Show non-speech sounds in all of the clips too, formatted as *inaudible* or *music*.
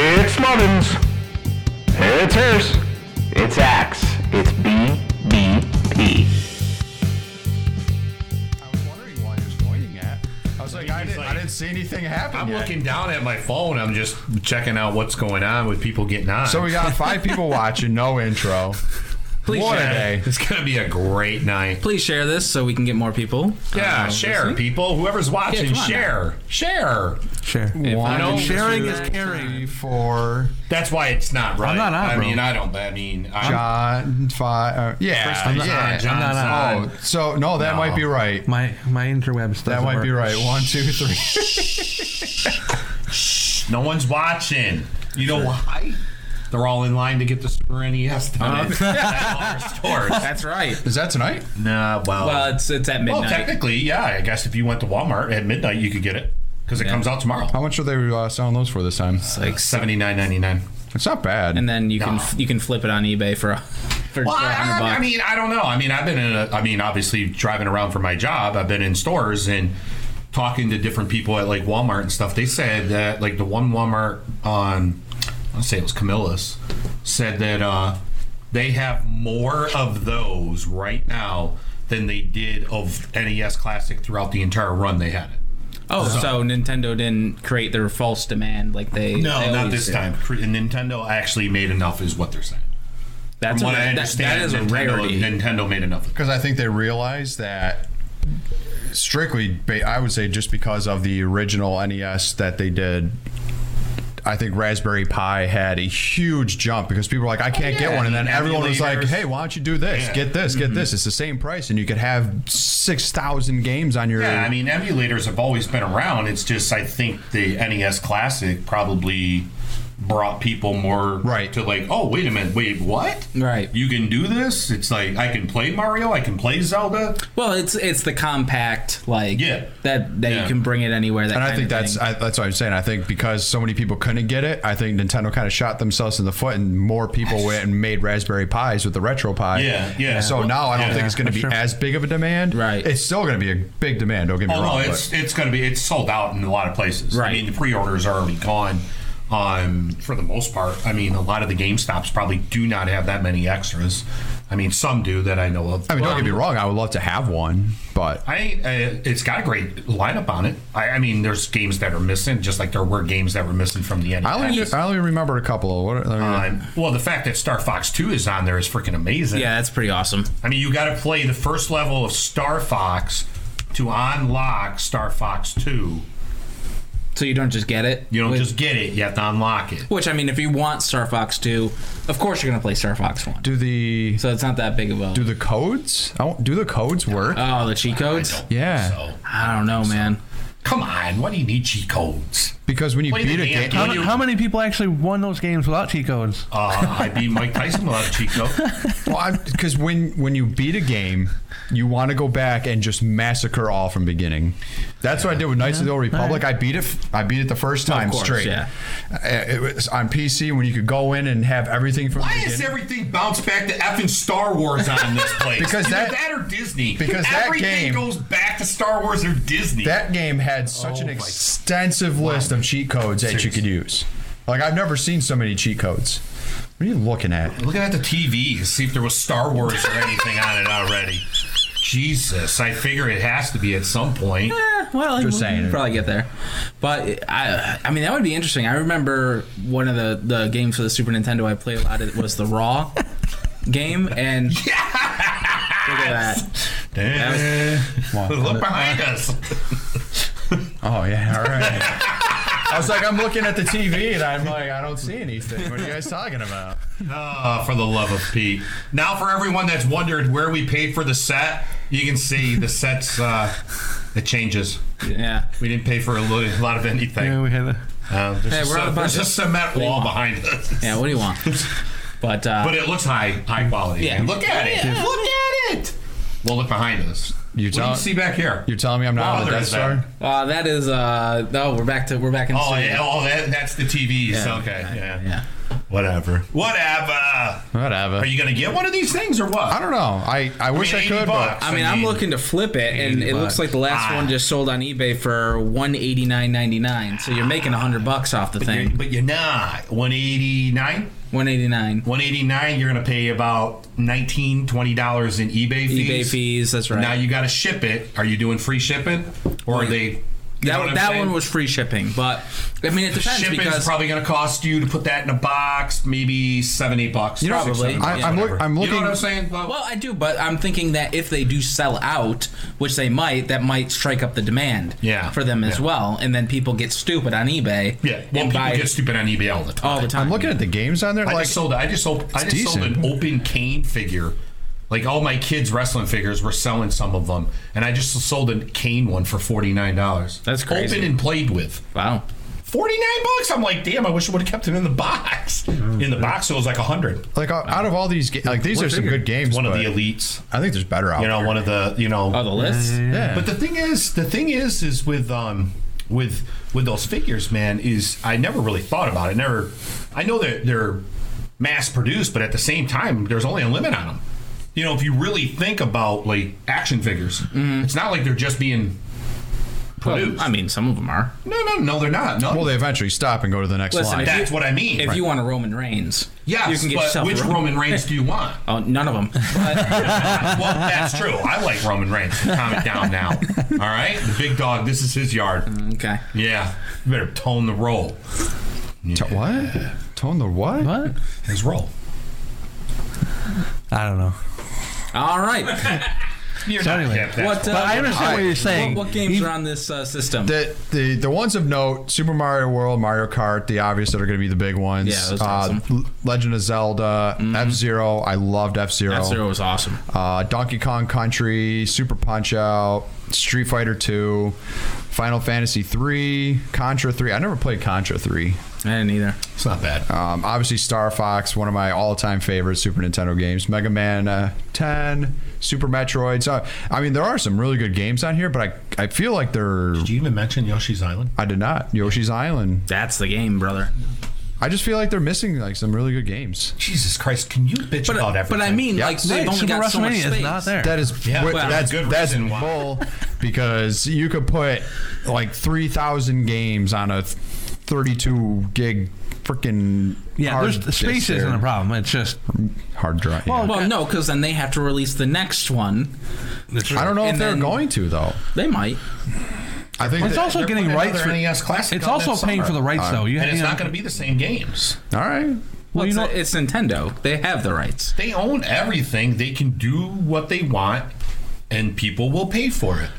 Mubbins. It's hers. It's Axe. It's BBP. I was wondering what he was pointing at. I was like, I He's didn't, I like- didn't see anything happen. I'm yet. looking down at my phone. I'm just checking out what's going on with people getting on. So we got five people watching, no intro. Please what a share. day. It's gonna be a great night. Please share this so we can get more people. Yeah, share, people. Whoever's watching, come on share, share. Share. One, know- Sharing is three, caring. four, That's why it's not right. not on, I bro. mean, I don't. I mean, I'm, John, five. Uh, yeah, I'm not yeah. on. John's not Oh, on. so no, that might be right. My my interwebs. That doesn't might be work. right. One, two, three. No one's watching. You know why? They're all in line to get the Super NES done. *laughs* That's all our stores. That's right. Is that tonight? Nah, well, Well, it's it's at well, midnight. technically, yeah. I guess if you went to Walmart at midnight, you could get it because it comes out tomorrow. How much are they uh, selling those for this time? like, Seventy nine ninety nine. It's not bad. and then you can No. you can flip it on eBay for a- for, Well, for a I, hundred I- bucks. I mean, I don't know. I mean, I've been in. A, I mean, obviously driving around for my job. I've been in stores and talking to different people at like Walmart and stuff. They said that like the one Walmart on, I say it was Camillus, said that uh, they have more of those right now than they did of NES Classic throughout the entire run they had it. oh, so, Nintendo didn't create their false demand like they they No, not always this do. time. Cre- Nintendo actually made enough, is what they're saying. That's From what a, I that- understand, that is a Nintendo, rarity. Nintendo made enough. because I think they realized that strictly, ba- I would say, just because of the original NES that they did. I think Raspberry Pi had a huge jump because people were like, I can't yeah. get one. And then everyone was like, Emulators. hey, why don't you do this? Yeah. Mm-hmm. Get this, get this. It's the same price, and you could have 6,000 games on your. Yeah, I mean, emulators have always been around. It's just I think the NES Classic probably brought people more Right. to like, oh, wait a minute, wait, what? Right. You can do this. It's like I can play Mario, I can play Zelda. well, it's it's the compact like Yeah. that that Yeah. you can bring it anywhere. That And kind I think of that's thing. I, that's what I'm saying. I think because so many people couldn't get it, I think Nintendo kind of shot themselves in the foot, and more people went and made Raspberry Pis with the Retro Pi. Yeah, yeah. So now I don't Yeah. think it's going to be Sure. as big of a demand. Right. It's still going to be a big demand. Don't get me Oh wrong. no, but- it's it's gonna be it's sold out in a lot of places. I Right. mean, the pre-orders are already gone. Um, for the most part, I mean, a lot of the Game Stops probably do not have that many extras. I mean, some do that I know of. I mean, Well, don't get me wrong. I would love to have one, but I ain't, uh, it's got a great lineup on it. I, I mean, there's games that are missing, just like there were games that were missing from the NES. I only I only remember a couple. Of, what, let me- Um, well, the fact that Star Fox 2 is on there is freaking amazing. yeah, that's pretty awesome. I mean, you got to play the first level of Star Fox to unlock Star Fox 2. So you don't just get it. You don't Which- just get it, you have to unlock it. Which I mean, if you want Star Fox two, of course you're gonna play Star Fox one. do the So it's not that big of a. do the codes? I don't, do the codes work? Uh, oh, the cheat codes. yeah, So, I don't know, man. come on, why do you need cheat codes? because when you What do you beat a think, game, Andy? How, You- how many people actually won those games without cheat codes? Uh, I beat Mike Tyson without a cheat code. Well, because when when you beat a game, you want to go back and just massacre all from beginning. That's what I did with Knights of the Old Republic. I beat it. f- I beat it the first time course, straight. yeah. Uh, It was on PC when you could go in and have everything from Why the is beginning. everything bounced back to effing Star Wars on this *laughs* place? Because Either that- or Disney. because that everything game- goes back to Star Wars or Disney. that game had such an my- extensive list of cheat codes that you could use. Like I've never seen so many cheat codes. What are you looking at? Looking at the TV, see if there was Star Wars or anything on it already. Jesus, I figure it has to be at some *laughs* point. Eh, well, Just we'll saying. probably get there. But I, I mean, that would be interesting. I remember one of the the games for the Super Nintendo I played a lot. It was the *laughs* Raw game, and look at that. Eh, Look behind us. Oh yeah, all right. *laughs* I was like, I'm looking at the TV and I'm like, I don't see anything. What are you guys talking about? Ah, for the love of Pete. Now, for everyone that's wondered where we paid for the set, you can see the sets, uh, it changes. Yeah. We didn't pay for a lo- a lot of Yeah, anything. we had the, Uh, there's Hey, a, we're ce- on a budget. there's a cement wall behind us. Yeah. What do you want? But *laughs* uh, But it looks high, high quality. Yeah. Look at it. Look at it. Well, look behind us. You what do tell- you see back here? You're telling me I'm not on the Father Death is Star? there. uh, that is uh, no. We're back to we're back in. the Oh, studio. yeah. Oh, that, that's the TVs. Yeah. Okay. Yeah. Yeah. Whatever. Whatever. Whatever. Are you gonna get one of these things or what? I don't know. I, I wish I, mean, 80 could, but bucks. I mean, I'm looking to flip it, and it looks like the last Ah. one just sold on eBay for one eighty nine ninety nine. So you're making hundred bucks off the You're- thing. but you're not. 189? One eighty nine 189 you're going to pay about 19 20 dollars in ebay eBay fees, fees. That's right. now you got to ship it are you doing free shipping or are they you know what that I'm that saying? one was free shipping, but I mean, it depends shipping's because probably going to cost you to put that in a box maybe 70 bucks you know, probably. I, I'm, look, I'm you looking. know what i'm saying Bob? Well, I do, but I'm thinking that if they do sell out, which they might, that might strike up the demand Yeah. for them as Yeah. well, and then people get stupid on eBay. yeah well and people buy Oh, get stupid on ebay all the time all the time. I'm looking at the games on there. I like just sold. I just sold. I just sold decent. an open cane figure. Like all my kids' wrestling figures, were selling some of them, and I just sold a cane one for forty nine dollars. That's crazy. Open and played with wow. forty nine bucks. I'm like, damn, I wish I would have kept it in the box. Mm-hmm. In the box, it was like a hundred. like uh, out of all these, ga- like these are some good games. One of but the elites, I think there's better out you know, there. one of the, you know, Oh, the list. Yeah. But the thing is, the thing is, is with um, with with those figures, man, is I never really thought about it. Never, I know that they're mass produced, but at the same time, there's only a limit on them. You know, if you really think about like action figures, Mm-hmm. it's not like they're just being produced. I mean, some of them are. no, no, no, they're not. No, well, they eventually stop and go to the next Listen, line. if- that's what I mean. If you want a Roman Reigns, yes, you can get but yourself a which Roman Reigns do you *laughs* want? Oh, none of them. *laughs* well, that's true. I like Roman Reigns. Calm it down now. All right, the big dog. This is his yard. okay. Yeah, you better tone the roll. T- what? Tone the what? What? His roll. I don't know. All right. You're So anyway, yeah, that's what? Uh, But I what, understand what you're saying. what games You- are on this uh, system? The, the the ones of note: Super Mario World, Mario Kart, the obvious that are going to be the big ones. Yeah, those uh, are awesome. Mm-hmm. L- Legend of Zelda, F Zero. I loved F Zero. F-Zero was awesome. uh, Donkey Kong Country, Super Punch Out, Street Fighter Two, Final Fantasy Three, Contra Three. I never played Contra Three. I didn't either. it's not bad. Um, obviously, Star Fox, one of my all-time favorite Super Nintendo games. Mega Man uh, Ten, Super Metroid. So, I mean, there are some really good games on here, but I I feel like they're. Did you even mention Yoshi's Island? I did not Yoshi's Island. That's the game, brother. I just feel like they're missing like some really good games. Jesus Christ, can you bitch But, about everything? but I mean, Yeah. like, Right, they've only Super got so much WrestleMania space. is not there. That is Yeah, wh- well, that's good that's reason why. bull because you could put like three thousand games on a thirty-two gig freaking Yeah, hard there's the space disk there. isn't a problem. It's just hard drive. yeah. Well, no, because then they have to release the next one. I don't know if and they're then- going to though. They might. I think it's that- also getting putting rights another for NES classic It's out also this paying summer. for the rights Uh, though. You, and it's you not going to be the same games. all right. Well, you it's, know- it's Nintendo. They have the rights. They own everything. They can do what they want, and people will pay for it.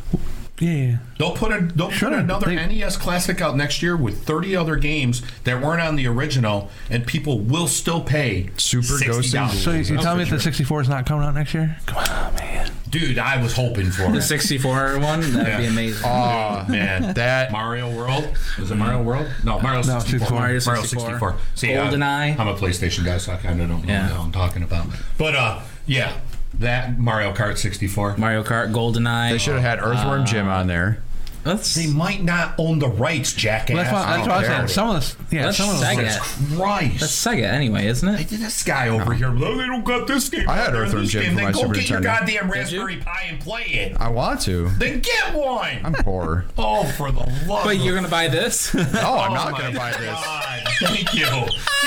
Yeah, yeah. They'll put a they'll Sure, put another they- NES classic out next year with 30 other games that weren't on the original, and people will still pay Super Go $60. So you, you tell me that the 64 is not coming out next year? Come on, man. Dude, I was hoping *laughs* for The it. 64 one, that'd be Yeah. amazing. Uh, Oh, *laughs* Man, that Mario World was it Mario World? No, Mario No, 64. 64. Mario 64. See, I- GoldenEye. I'm a PlayStation guy, so I kind of don't know Yeah. what I'm talking about. But uh, yeah, that Mario Kart 64. Mario Kart, they GoldenEye. should have had Earthworm Jim on there. Let's, They might not own the rights, jackass. That's what, that's what I was care. saying. Some of this, yeah, That's some of Sega. those. Jesus Christ. that's Sega anyway, isn't They it? did this guy over here. No, they don't got this game. I had out there, Earthworm this Jim game. for Then my go Super get your Nintendo. goddamn you? Raspberry Pi and play it. I want to. Then get I'm one. poor. Oh, for the love But *laughs* of you're gonna buy this? *laughs* Oh, I'm Oh not my gonna buy this. God. Thank you.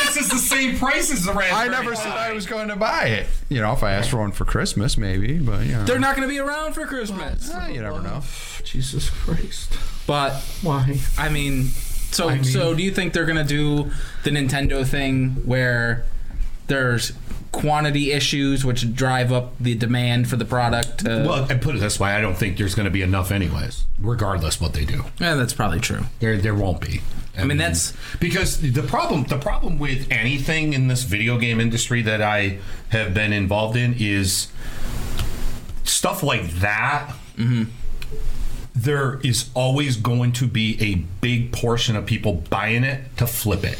This is the same price as the I Raspberry never said Pi. I was going to buy it. You know, if I asked for one for Christmas, maybe. But you know, They're not gonna be around for Christmas. Eh, you never know. Jesus Christ. But Why? I mean, so so do you think they're gonna do the Nintendo thing where there's quantity issues which drive up the demand for the product? To, Well, I put it this way: I don't think there's going to be enough, anyways. Regardless what they do, yeah, that's probably true. there there won't be. I, mean, that's- because the problem the problem with anything in this video game industry that I have been involved in is stuff like that. Mm-hmm. there is always going to be a big portion of people buying it to flip it.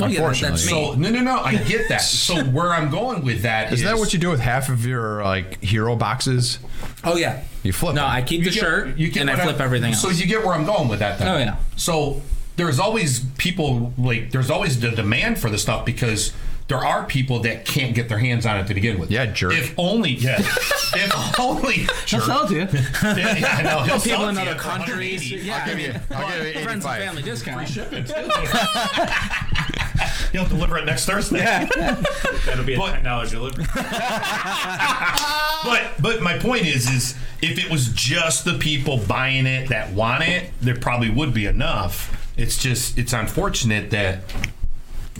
Oh, yeah, that- that's Unfortunately. me. So no, no, no. I get *laughs* that. so where I'm going with that is Isn't that what you do with half of your like hero boxes? Oh yeah. You flip No, them. I keep the get- shirt you get and I what I'm- flip everything else. So you get where I'm going with that. Then. Oh, yeah. So there's always people like there's always the demand for the stuff because there are people that can't get their hands on it to begin with. Yeah, jerk. If only, *laughs* yeah. if only, I'll sell it to you. Yeah, yeah, I know. He'll People sell in it to other you for countries. 180. Yeah, I mean, I'll give you friends and 85. family discount. *laughs* He'll deliver it next Thursday. That'll be a But- ten dollar delivery. *laughs* But but my point is is if it was just the people buying it that want it, there probably would be enough. It's just it's unfortunate that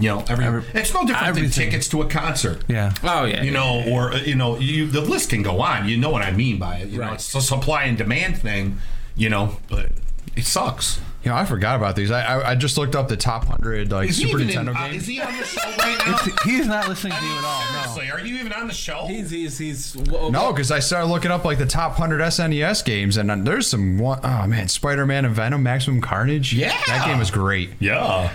you know every, Every- it's no different than everything. tickets to a concert. *laughs* Yeah. Oh yeah, You know, or uh, you know, you the list can go on. You know what I mean by it. You know, Right. it's a supply and demand thing. You know, but it sucks. You know, I forgot about these. I I, I just looked up the top hundred like Is he Super even Nintendo in, uh, games. is he on the show right now? He's not listening to you at all. No. Seriously, are you even on the show? he's he's he's whoa, No, because I started looking up like the top hundred SNES games, and then there's some one oh man, Spider Man and Venom, Maximum Carnage. Yeah. that game was great, yeah.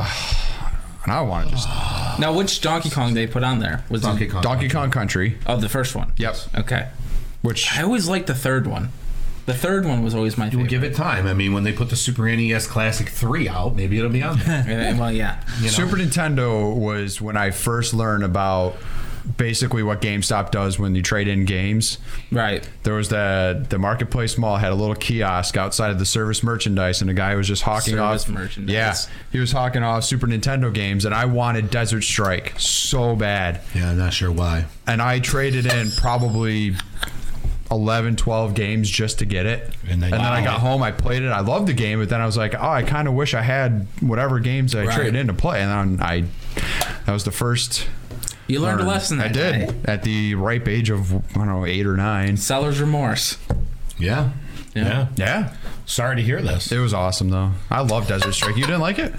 and I want to just Now, which Donkey Kong they put on there was Donkey it, Kong. Donkey Kong Country. Oh, the first one. Yep, Okay. which I always liked the third one. The third one was always my We'll favorite. give it time. I mean, when they put the Super NES Classic 3 out, maybe it'll be on *laughs* there. Uh, well, yeah. Super Nintendo was when I first learned about basically what GameStop does when you trade in games. Right. There was the the marketplace mall had a little kiosk outside of the service merchandise, and a guy was just hawking Service off merchandise. Yeah, he was hawking off Super Nintendo games, and I wanted Desert Strike so bad, yeah, I'm not sure why. and I traded in probably. 11 12 games just to get it and, And then- then i Wow. got home i played it i loved the game but then i was like oh i kind of wish i had whatever games i traded in to play and then i that was the first You learned a learn. lesson. i that did day. at the ripe age of i don't know eight or nine Seller's remorse. Yeah. yeah. yeah Sorry to hear this. It was awesome though. I love Desert Strike. You didn't like it?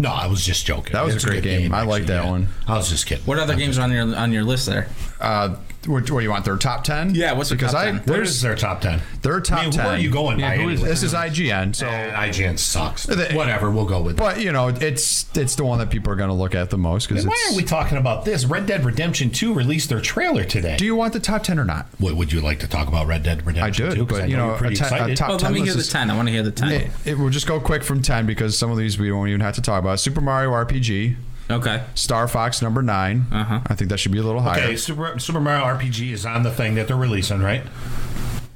No, I was just joking. That was a It's great good game. I like actually, that one. I was just kidding. What other games are on your on your list there? Uh, what, what do you want? Their top ten? Yeah, what's their because top I 10? their- Where is their top 10? their top I mean, ten? where are you going by who is anyway? This is IGN. So, Eh, IGN sucks. They- Whatever, we'll go with it. but you know, it's it's the one that people are going to look at the most because Why are we talking about this? Red Dead Redemption 2 released their trailer today. Do you want the top ten or not? what would you like to talk about Red Dead I Redemption do, 2? 'Cause but you know know, you're a, pretty ten, a excited. top Well, ten let me hear list the is- ten. I want to hear the ten. It, it- we'll just go quick from ten because some of these we don't even have to talk about. Super Mario RPG, Okay. Star Fox number 9 Uh-huh. I think that should be a little higher. Okay, Super, Super Mario RPG is on the thing that they're releasing, right?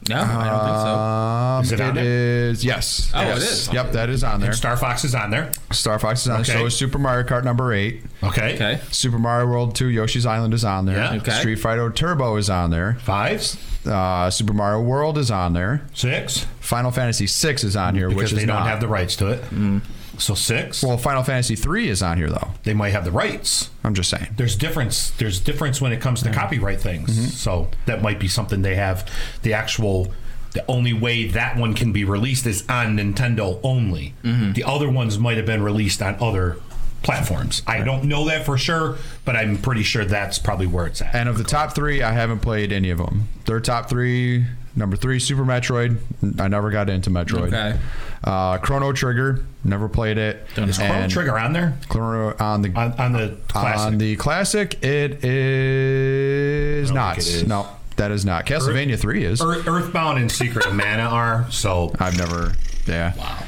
No, I don't think so. Um, Is it on it is yes. Oh, it yes. is. Yep, that is on there. Star Fox is on there. Star Fox is on Okay. there. So is Super Mario Kart number eight. Okay. Okay. Super Mario World 2 Yoshi's Island is on there. Yeah. Okay. Street Fighter Turbo is on there. Five, Uh, Super Mario World is on there. six, Final Fantasy 6 is on here, because which is they don't not. Mm. have the rights to it. So six, well, Final Fantasy 3 is on here though. they might have the rights. I'm just saying. There's difference. There's difference when it comes to copyright things. Mm-hmm. So that might be something they have. The actual, the only way that one can be released is on Nintendo only. Mm-hmm. The other ones might have been released on other platforms. I don't know that for sure, but I'm pretty sure that's probably where it's at. And of the top 3, I haven't played any of them. Their top 3, number 3 Super Metroid. I never got into Metroid. Okay. Uh, Chrono Trigger, never played it. is Chrono And Trigger on there? Chrono on the On, on the classic. On the classic, it is I don't not. think it is. No, that is not. Castlevania 3 is. Earth, Earthbound and Secret of Mana are so. I've never. Yeah. Wow.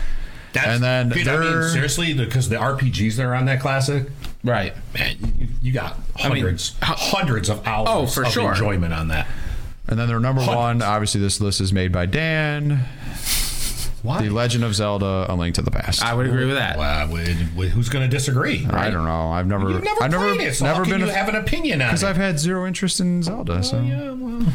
That's, Oh, And then dude, I mean, there- seriously, because the RPGs that are on that classic, Right. man, you, you got mean, hundreds, hundreds of hours Oh, for of sure. enjoyment on that. And then their number Hundreds. one, obviously, this list is made by Dan. Why? The Legend of Zelda: A Link to the Past. I I, would agree with that. Wow, would- would- who's going to disagree? right? don't know. I've never. You've never I've played never, it, so never how can been. you a- have an opinion on it? Because I've had zero interest in Zelda. So yeah, well,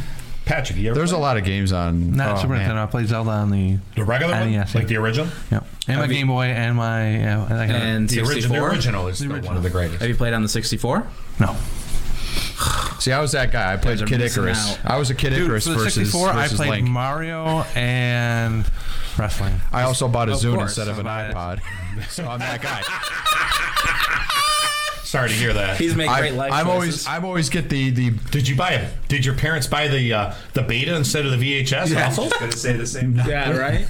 Patrick, you ever there's a played lot of games on. Not oh, Super man. Nintendo. I played Zelda on the. the regular one, NES, yeah. like the original. Yep. And my Game Boy and my. Yeah, I got- And The, origi- the 64. original is still one of the Have greatest. you played on the 64? no. See, I was that guy. I played are Kid missing Icarus. out. I was a Kid Dude, Icarus for the versus, 64, I versus played Link. Mario and wrestling. I also bought a Zune course. instead of an Somebody- iPod. so I'm that guy. Sorry to hear that. He's making I, great life I'm always. choices. I'm always get the the Did you buy it? Did your parents buy the uh, the beta instead of the VHS? Also, Gonna say the same. Yeah. Right.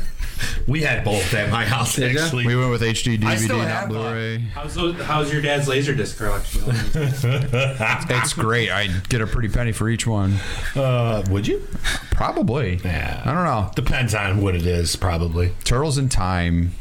we had both at my house Did ya? actually. We went with HD I still DVD, not have one. Blu-ray. How's, those, how's your dad's laser disc collection? *laughs* It's great. I get a pretty penny for each one. Uh, would you? Probably. Yeah. I don't know. Depends on what it is, probably. Turtles in Time.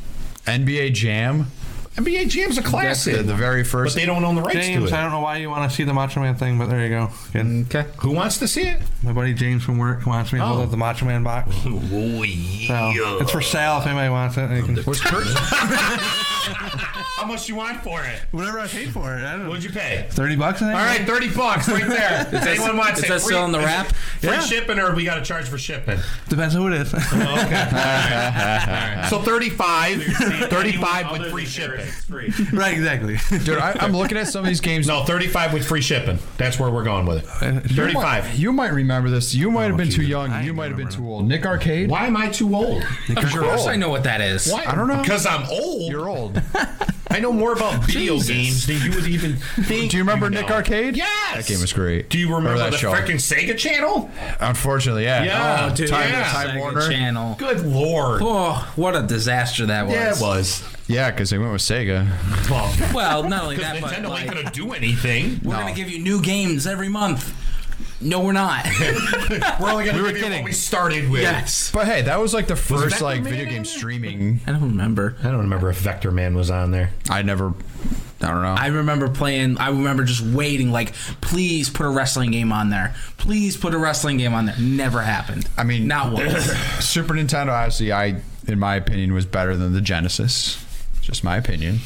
NBA Jam. NBA Jam's a classic, The, the very but first. they don't own the rights James, to I it. don't know why you want to see the Macho Man thing, but there you go. Good. Okay. Who wants to see it? My buddy James from work wants me to hold up the Macho Man box. So it's for sale if anybody wants it. You can, How much you want for it? whatever I paid for it, I don't know. What'd you pay? Thirty bucks. I think? All right, thirty bucks right there. If anyone wants Is it, that free- still in the wrap? *laughs* Free shipping, or we got to charge for shipping? Depends who it is. So 35, Anyone 35 other with free than shipping. Eric, It's free. *laughs* right. Exactly. Dude, I, I'm looking at some of these games. *laughs* No, 35 with free shipping. That's where we're going with it. 35. You might remember this. You Oh, might have been too Jesus. young. I you ain't might have been too remember old. Nick Arcade. Why am I too old? Of course old. I know what that is. I don't know. Because I'm old. You're *laughs* old. I know more about video games Jesus. than you would even *laughs* think. Do you remember know. Nick Arcade? Yes. That game was great. Do you remember Or that the show? freaking Sega channel? Unfortunately, yeah. Yeah, Oh, dude, Time, yeah. Time Sega Warner. Channel. Good lord. Oh, what a disaster that was. Yeah, it was. Yeah, because they went with Sega. *laughs* Well, Well, not only that, *laughs* but Nintendo like, ain't gonna do anything. we're gonna give you new games every month. No, *laughs* we're not. We're only gonna We were give you kidding. what we started with. But hey, that was like the first Vector like Man video in game there? streaming. I don't remember. I don't remember if Vector Man was on there. I never. I don't know. I remember playing. I remember just waiting, like, please put a wrestling game on there. Please put a wrestling game on there. Never happened. I mean, *clears throat* not once. Super Nintendo, obviously, I, in my opinion, was better than the Genesis. Just my opinion.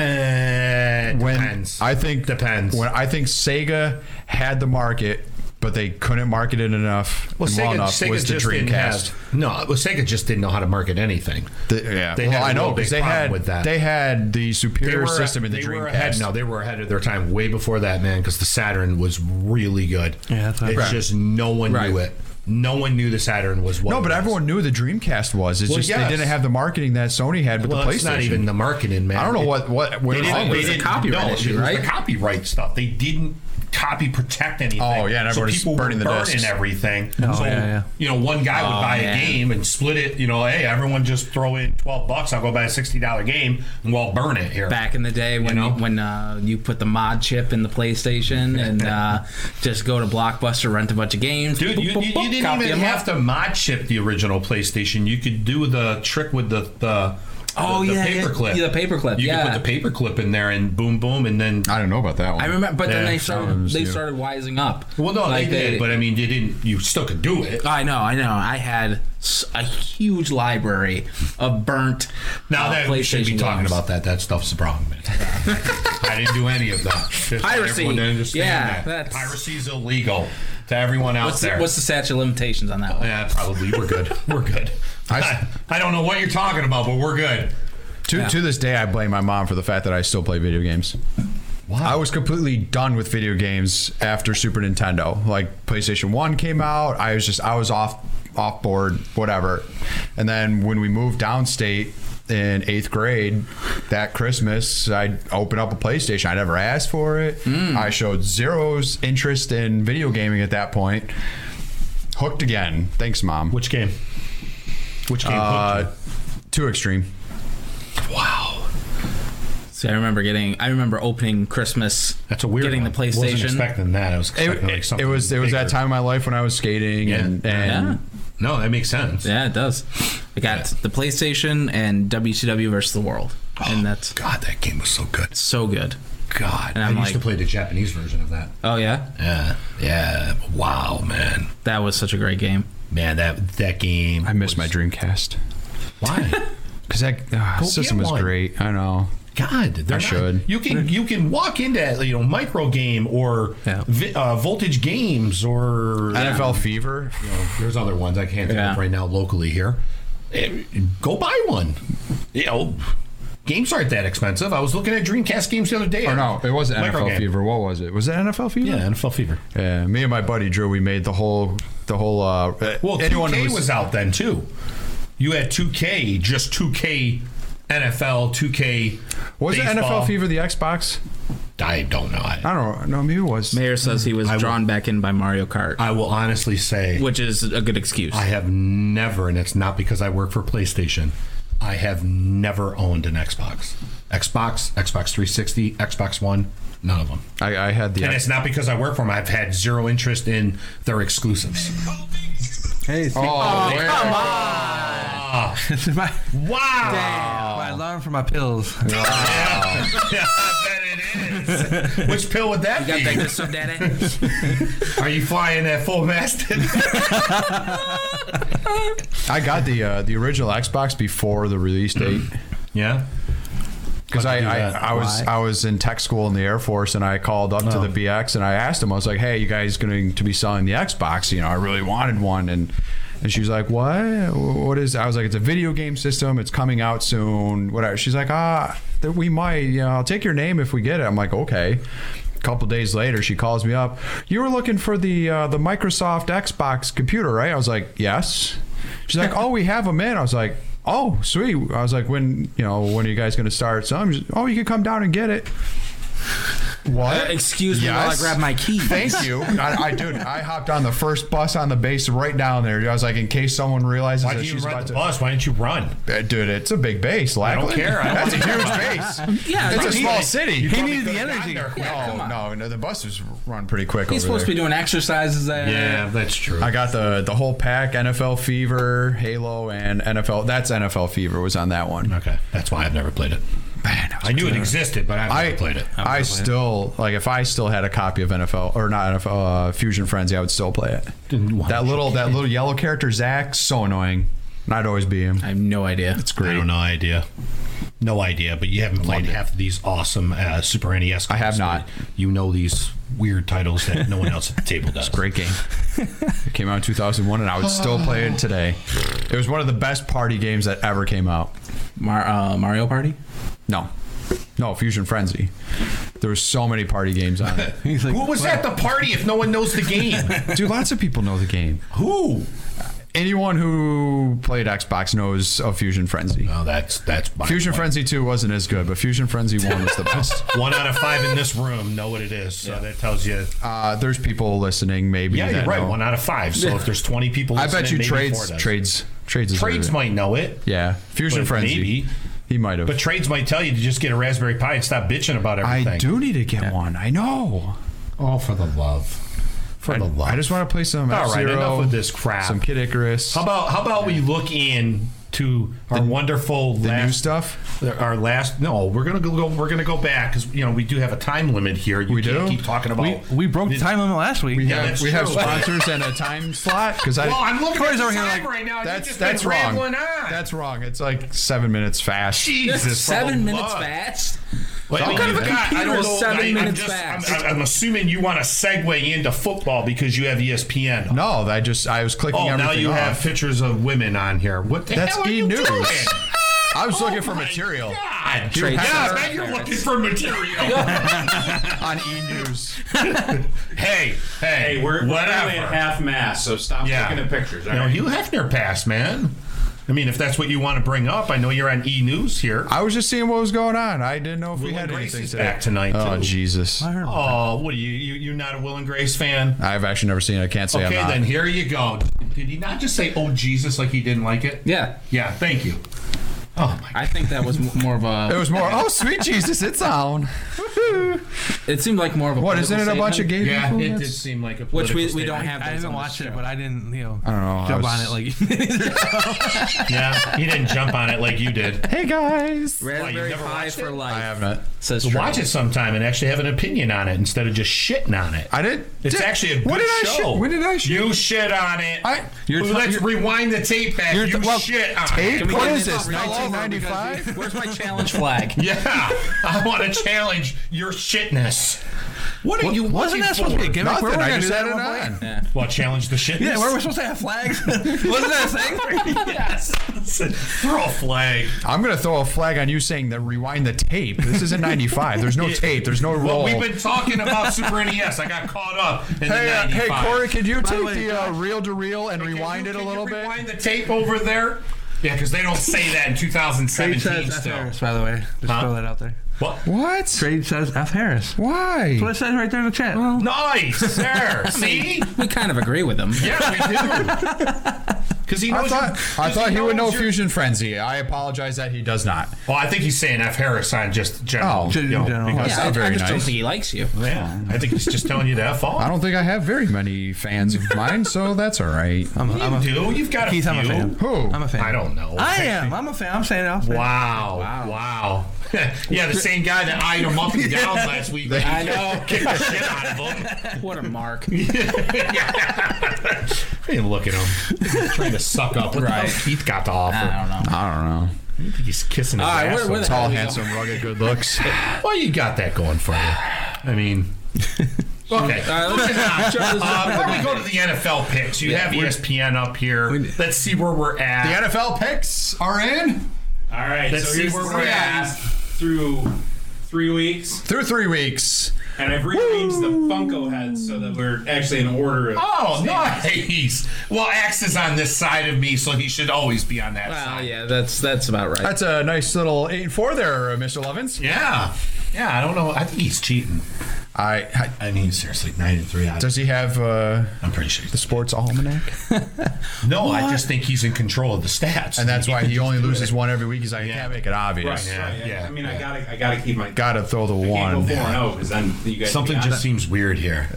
Eh, When depends. I think Depends. When I think Sega had the market, but they couldn't market it enough. well, and Sega, well enough Sega was the just didn't Dreamcast. have. No, well, Sega just didn't know how to market anything. The- yeah, They well, had a I know real big because they problem had with that. they had the superior system in the they Dreamcast. were ahead. No, they were ahead of their time way before that, man. Because the Saturn was really good. Yeah, that's what I it's heard. just no one knew Right. it. No one knew the Saturn was what. No, it but was. everyone knew the Dreamcast was. It's Well, just yes. they didn't have the marketing that Sony had with Well, the PlayStation. it's not even the marketing, man. I don't know It- what what They went didn't. wrong They with it. didn't. copyright no, issue, it was right? the copyright stuff. They didn't copy protect anything. Oh, yeah, and so everybody's people burning were the burning discs. everything. Oh, so yeah, yeah. you know, one guy would buy Oh, man. a game and split it. You know, hey, everyone just throw in twelve bucks. I'll go buy a sixty dollar game and we'll all burn it here. Back in the day when know? when uh, you put the mod chip in the PlayStation and *laughs* uh, just go to Blockbuster, rent a bunch of games. Dude, you, you, boop, you boop, didn't copy even them have up. to mod chip the original PlayStation. You could do the trick with the the Oh, the, yeah, the yeah. paperclip. Yeah, the paperclip, You yeah. could put the paperclip in there and boom, boom, and then I don't know about that one. I remember, but then Yeah, they started sounds they new. started wising up. well, no, Like, they did, but I mean, you didn't. You still could do it. I know, I know. I had s- a huge library of burnt. Now uh, that we should be PlayStation talking games. about that. That stuff's the problem. *laughs* man. I didn't do any of that. Just want Piracy. everyone to understand Yeah, that. that's- piracy's illegal to everyone out What's the, there. what's the statute of limitations on that one? yeah, probably we're good. We're good. I, I don't know what you're talking about, but we're good. to, to this day, I blame my mom for the fact that I still play video games. I was completely done with video games after Super Nintendo. Like PlayStation One came out, I was just I was off off board, whatever. And then when we moved downstate in eighth grade, that Christmas, I opened up a PlayStation. I never asked for it. I showed zero interest in video gaming at that point. Hooked again. Thanks, mom. Which game? Which game? Uh, too extreme. wow. See, I remember getting. I remember opening Christmas. That's a weird. Getting one. the Wasn't PlayStation. expecting that. I was it, expecting like it- something. it was it was that bigger. time in my life when I was skating and, Yeah. and No, that makes sense. Yeah, it does. I got the PlayStation and WCW versus the World, and that's Oh, God, that game was so good. so good. God, And I I'm used like- to play the Japanese version of that. Oh yeah, Yeah, yeah. Wow, man. that was such a great game. Man, that that game. I missed my Dreamcast *laughs* Why? because that ah, Go system get was one. great. I know. God, they're not- should. You can you can walk into you know micro game or Yeah. vi- uh, voltage games or NFL Fever. You know, there's other ones I can't think Yeah. of right now locally here. Eh, Go buy one. You know, games aren't that expensive. I was looking at Dreamcast games the other day. Or Oh, no, it wasn't Micro NFL game. Fever. What was it? Was it NFL Fever? Yeah, NFL Fever. Yeah, Me and my buddy Drew, we made the whole the whole. Uh, Well, anyone 2K who was, out then too. You had 2K, just 2K NFL, 2K. was it baseball. NFL Fever the Xbox? I don't know. I, I don't know. No, maybe it was. Mayor says he was will- drawn back in by Mario Kart, I will honestly say which is a good excuse. I have never, and it's not because I work for PlayStation. I have never owned an Xbox, Xbox, Xbox 360, Xbox One, none of them. I, I had the. And it's not because I work for them. I've had zero interest in their exclusives. Hey, oh, oh, where- Wow. This is my, Wow. *laughs* my alarm for my pills. *laughs* Yeah, I bet it is. Which pill would that Got be? that good *laughs* stuff, Daddy? Are you flying at full *laughs* mast? I got the uh, the original Xbox before the release date yeah. because I, How'd you do I, that? I was I was in tech school in the Air Force and I called up to the BX and I asked them I was like hey you guys going to be selling the Xbox you know I really wanted one and and she was like what what is I was like it's a video game system it's coming out soon whatever she's like ah that we might you know I'll take your name if we get it I'm like okay. A couple days later, she calls me up. You were looking for the uh, the Microsoft Xbox computer, right? I was like, yes. She's like, oh, we have them in. I was like, oh, sweet. I was like, when you know, when are you guys going to start? So I'm just, oh, you can come down and get it. What? Uh, Excuse me while I Yes. grab my keys. Thank you. I, I dude, I hopped on the first bus on the base right down there. I was like, in case someone realizes Why that didn't you she's run about the to. bus? Why didn't you run? Uh, Dude, it's a big base. I don't care. I That's a huge *laughs* base. Yeah, it's a he- small city. He needed the energy. Oh no, no, the buses run pretty quick. He's over supposed to there. be doing exercises there. that's true. I got the the whole pack: NFL Fever, Halo, and NFL. That's NFL Fever was on that one. okay. That's why I've never played it. Man, I knew it existed, but I've I never played it. I, still like if I still had a copy of NFL or not NFL uh, Fusion Frenzy, I would still play it. That little that little yellow character Zach, so annoying. And I'd always be him. I have no idea. It's I don't know idea. No idea, but you haven't played half of these awesome uh, Super NES. games, I have but not. You know these weird titles that no one else at the table does. Great game. it came out in 2001, and I would still play it today. It was one of the best party games that ever came out. Mar- uh, Mario Party. No, no Fusion Frenzy. There were so many party games on it. *laughs* He's like, Who was at the party if no one knows the game? Dude, lots of people know the game. *laughs* Who? Anyone who played Xbox knows of Fusion Frenzy. Oh, that's that's my Fusion point. Frenzy 2 wasn't as good, but Fusion Frenzy 1 was the best. One out of five in this room know what it is, so that tells you. Uh, there's people listening, maybe. Yeah, that you're right. know. One out of five. So if there's 20 people, I bet listening, you maybe four trades, does. trades, trades, is Trades right. might know it. Yeah, Fusion But Frenzy. maybe. he might have. But trades might tell you to just get a Raspberry Pi and stop bitching about everything. I do need to get one. I know. All for the love. For the love. I just want to play some. All right, F-Zero, enough with this crap. Some Kid Icarus. How about how about we look in to our wonderful the last, new stuff? Our last no, we're gonna go. We're gonna go back because you know we do have a time limit here. You We can't do? keep talking about. we, we broke the time limit last week. Yeah, that's we have true. sponsors and a *laughs* time slot because I. well, I'm looking Corey's at the over here time like, right now. and you've that's just that's been wrong. rambling On. That's wrong. It's like seven minutes fast. Jesus. for Seven the minutes love. fast. Well, What kind you've of a I computer don't is know, seven I'm minutes just- I'm- fast? I'm, I'm assuming you want to segue into football because you have E ESPN. No, I just I was clicking. Oh, everything now you off. have pictures of women on here. What the That's hell are e you news. doing? *laughs* Oh I was looking for My material God. Trade Yeah, center. man, you're looking for material. *laughs* on e news. hey, hey, Hey, we're, we're whatever. currently at half mass, so stop looking at pictures. all No, right? Hugh Hefner passed, man. I mean, if that's what you want to bring up, I know you're on E News here. I was just seeing what was going on. I didn't know if we Will had and Grace anything is today. back tonight, Oh too. Jesus! I heard about Oh, what are you? you you're not a Will and Grace fan? I've actually never seen it. I can't say okay, I'm not. then here you go. Did he not just say "Oh Jesus" like he didn't like it? Yeah, Yeah. Thank you. Oh my. I think that was m- more of It a. was more. Oh *laughs* sweet Jesus, it's on. It seemed like more of a. What political isn't it a bunch of statement, gay Yeah, people? it did That's- seem like a Which we, political we don't statement. have. I those on haven't this watched it, show. but I didn't, you know, I don't know. I jump was- on it *laughs* like Yeah, he didn't jump on it like you did. Hey guys. Why, you've Raspberry never Pi watched for it? life. I have not. Says So Trey. watch it sometime and actually have an opinion on it instead of just shitting on it. I didn't. It's did- actually a good When did I show. shit- When did I shit? You shit on it. I- You're Ooh, t- let's you're- rewind the tape back. You're You t- well, shit on tape? it. Can we What get is this this, all over because 1995? you- Where's my *laughs* challenge flag? Yeah, *laughs* I want to challenge your shitness. What are you? looking wasn't that supposed to be a for? gimmick? Nothing. Where were we I gonna do just that had it at one on. point? Well, challenge the shitness. Yeah, *laughs* where we're supposed to have flags. *laughs* wasn't that a thing? yes. Throw a flag. I'm gonna throw a flag on you saying that rewind the tape. This isn't '95. *laughs* There's no tape. There's no Well, roll. we've been talking about Super NES. I got caught up in Hey, the uh, 95. hey, Corey, could you the take way, the uh, reel to reel and Can rewind you- it a can you little bit? Rewind the tape over there. Yeah, because they don't say that in 2017. Trade says F still. Harris, by the way. Just Huh? throw that out there. What? What? Trade says F Harris. What Why? it says right there in the *laughs* chat. Nice, sir. See? *laughs* We kind of agree with them. *laughs* Yeah, we do. because he I knows. thought, your- 'cause I thought he would knows know your- Fusion Frenzy. I apologize that he does not. Well, I think he's saying F Harris on just general. Oh. you know, In general. That's because- Yeah, I, not I very just don't nice. think he likes you. yeah, I think he's just telling you to F off. I don't think I have very many fans of mine, so that's all right. I'm, You I'm a, do. You've got a Keith, few. I'm a fan. Who? I'm a fan. I don't know. I am. I'm a fan. I'm saying it. I'll say it. Wow. Wow. *laughs* yeah, the same guy that eyed him up *laughs* and down last week. I know. Kicked the shit out of him. *laughs* What *laughs* a mark. yeah. I didn't look at him. *laughs* Trying to suck up. What Right. the hell Keith got to offer? I don't know. I don't know. He's kissing his All right, ass. where- where off. the- Tall, we go. handsome, rugged, good looks. *sighs* well, you got that going for you. I mean. *laughs* Okay. All right, let's just- let's just- Uh, before we go to the NFL picks, you have E ESPN up here. Let's see where we're at. The NFL picks are in All right, Let's so see here's where where we're we're at. through three weeks, through three weeks. and I've rearranged the Funko heads so that we're actually in order. Of Oh, nice. Well, Axe is on this side of me, so he should always be on that Well, side. yeah, that's that's about right. That's a nice little eight and four there, Mr. Lovins. Yeah. Yeah, I don't know. I think he's cheating. I, I I mean, seriously, nine and three. I, does he have uh, I'm pretty sure. the sports almanac? No, I just think he's in control of the stats, And that's why he only loses one every week. He's like, I can't make it obvious. Right, Yeah, right, yeah, I mean, yeah. I gotta, I gotta keep my. Got to throw the Can't one. go four and zero because then you guys. something be on just it. seems weird here.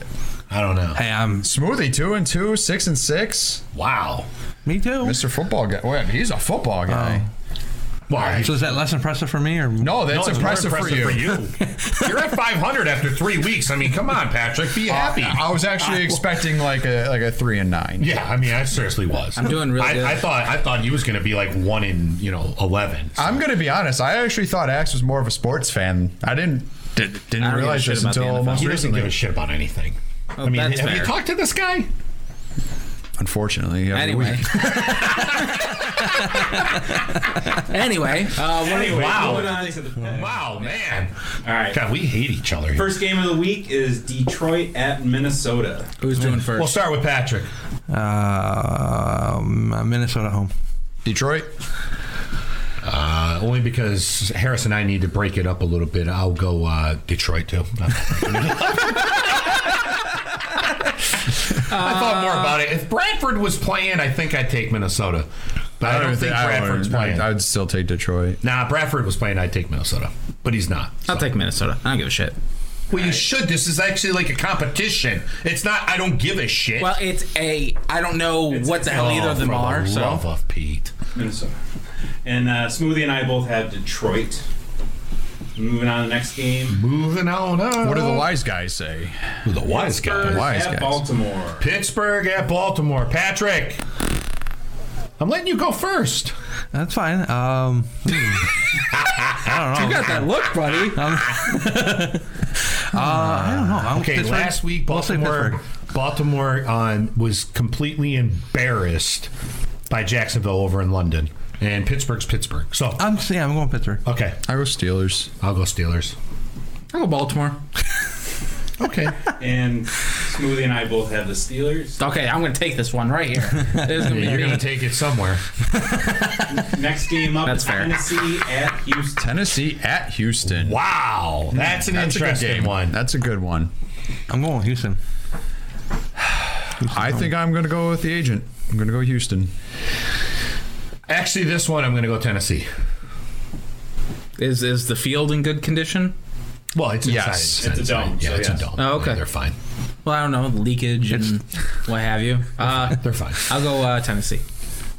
I don't know. Hey, I'm. Smoothie two and two, six and six. Wow. Me too. Mr. Football guy. Wait, he's a football guy. Why? So is that less impressive for me or No, that's impressive, for you. you. Uh, are at 500 after three weeks. I mean, come on, Patrick, be happy. Uh, I was actually *laughs* expecting like a like a three and nine. yeah, I mean, I seriously was. I'm doing really I, good. I thought I thought he was going to be like one in you know 11. I'm gonna be honest. I actually thought Axe was more of a sports fan. I didn't did, didn't give a realize shit this about the until NFL. most He doesn't give recently. a shit about anything. Oh, I mean, have that's you fair. talked to this guy? Unfortunately, every Anyway. week. anyway, uh, what Anyway, Wow. moving on to the- Wow, man. All right. God, we hate each other. Here. First game of the week is Detroit at Minnesota. who's doing first? we'll start with Patrick. Uh, Minnesota home. *laughs* Detroit. Uh, only because Harris and I need to break it up a little bit. I'll go uh, Detroit too. *laughs* I thought more about it. If Bradford was playing, I think I'd take Minnesota. But I don't, think Bradford's playing. I would still take Detroit. nah, Bradford was playing, I'd take Minnesota. But he's not. I'll take Minnesota. I don't give a shit. Well, you should. This is actually like a competition. It's not, I don't give a shit. Oh, Well, it's a. I don't know what the hell either of them for are. The So love of Pete. Minnesota. And uh, Smoothie and I both have Detroit. Moving on to the next game. Moving on up. What do the wise guys say? the wise guy? Spurs wise at guys. Baltimore. Pittsburgh at Baltimore. Patrick, I'm letting you go first. That's fine. Um, hmm. I don't know. got that look, buddy. I don't know. I'm Okay, Pittsburgh. last week We'll say Baltimore Pittsburgh. Baltimore um, was completely embarrassed by Jacksonville over in London, and Pittsburgh's Pittsburgh. So I'm yeah, I'm going Pittsburgh. okay, I go Steelers. I'll go Steelers. I'll go Baltimore. Okay, And Smoothie and I both have the Steelers. Okay, I'm gonna take this one right here. This is gonna *laughs* be you're me. gonna take it somewhere. Next game up That's is fair. Tennessee at Houston. Tennessee at Houston. Wow, that's an That's a good interesting game. one. That's a good one. I'm going with Houston. I think I'm gonna go with the agent. I'm gonna go Houston. Actually, this one I'm gonna go Tennessee. Is is the field in good condition? Well, it's inside. Yes. It's, It's a inside. dome, Yeah, so it's yes. a dome. Oh, okay. Yeah, they're fine. Well, I don't know leakage and what have you. Uh, They're fine. I'll go uh, Tennessee.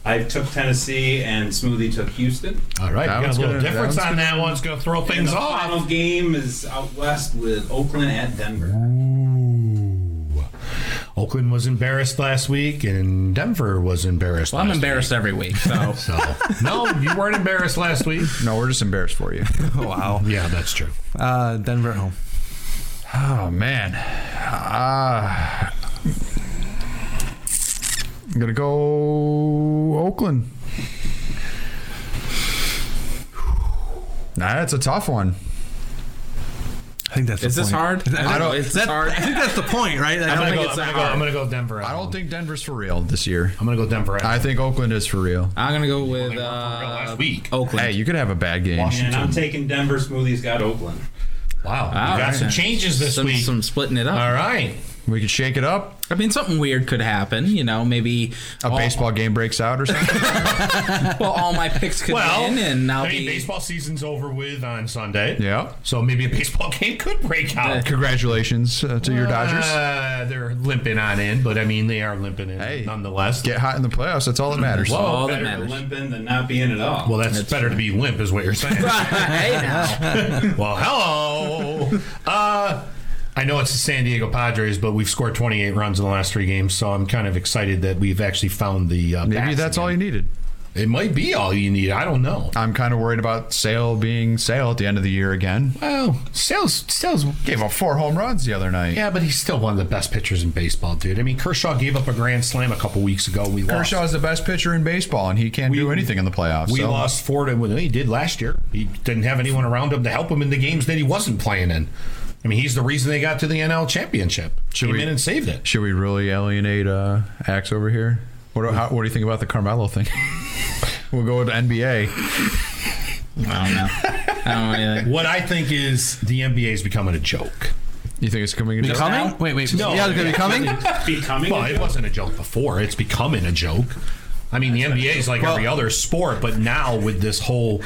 I took Tennessee and Smoothie took Houston. All right, That you got one's a little gonna- that difference one's on that one. It's gonna throw And things the off. final game is out west with Oakland at Denver. Ooh. Oakland was embarrassed last week, and Denver was embarrassed. Well, I'm last embarrassed every *laughs* week, so Week. So no, you weren't embarrassed last week. No, we're just embarrassed for you. Wow. Yeah, that's true. Uh, Denver at home. Oh man. Uh, I'm gonna go Oakland. Nah, that's a tough one. I think that's. is the this point. hard? *laughs* I don't- Is this That, hard? I think that's the point, right? Like, I'm I gonna, don't go, I'm, think it's gonna that go, I'm hard. gonna go Denver. I don't think Denver's for real this year. I'm gonna go Denver. I think Oakland is for real. I'm gonna go with They were for real uh, last week. Oakland. Hey, you could have a bad game. And I'm taking Denver. Smoothie's got Oakland. Wow, we All got right. some changes this some, week. some splitting it up. All right, We could shake it up. I mean, something weird could happen. You know, maybe A all, baseball game breaks out or something. *laughs* *laughs* Well, all my picks could Well, win, and I'll I mean, be baseball season's over with on Sunday. yeah. So maybe a baseball *laughs* game could break out. Congratulations uh, to your Dodgers. Uh, they're limping on in, but I mean, they are limping in Hey. nonetheless. Get hot in the playoffs. That's all that matters. Whoa. all that Better matters. limping than not being at all. Well, that's, better to be limp, is what you're saying. hey now. *laughs* well, hello. Uh, I know it's the San Diego Padres, but we've scored 28 runs in the last three games, so I'm kind of excited that we've actually found the. Uh, Maybe bats that's all you Uh, again. needed. It might be all you need. I don't know. I'm kind of worried about Sale being Sale at the end of the year again. Well, sales, sales. Gave up four home runs the other night. Yeah, but he's still one of the best pitchers in baseball, dude. I mean, Kershaw gave up a grand slam a couple weeks ago. We lost. Kershaw is the best pitcher in baseball, and he can't do anything in the playoffs. We so- lost four to. Well, he did last year. He didn't have anyone around him to help him in the games that he wasn't playing in. I mean, he's the reason they got to the NL championship. Should Came we- in and saved it. Should we really alienate uh, Axe over here? What do, how, what do you think about the Carmelo thing? *laughs* we'll go to NBA. *laughs* I don't know. I don't know anything. What I think is the NBA is becoming a joke. You think it's coming? Into- Coming? Wait, wait. No. Yeah, it's gonna be coming. Becoming Well, it wasn't a joke before. It's becoming a joke. I mean, the NBA is like every other sport, but now with this whole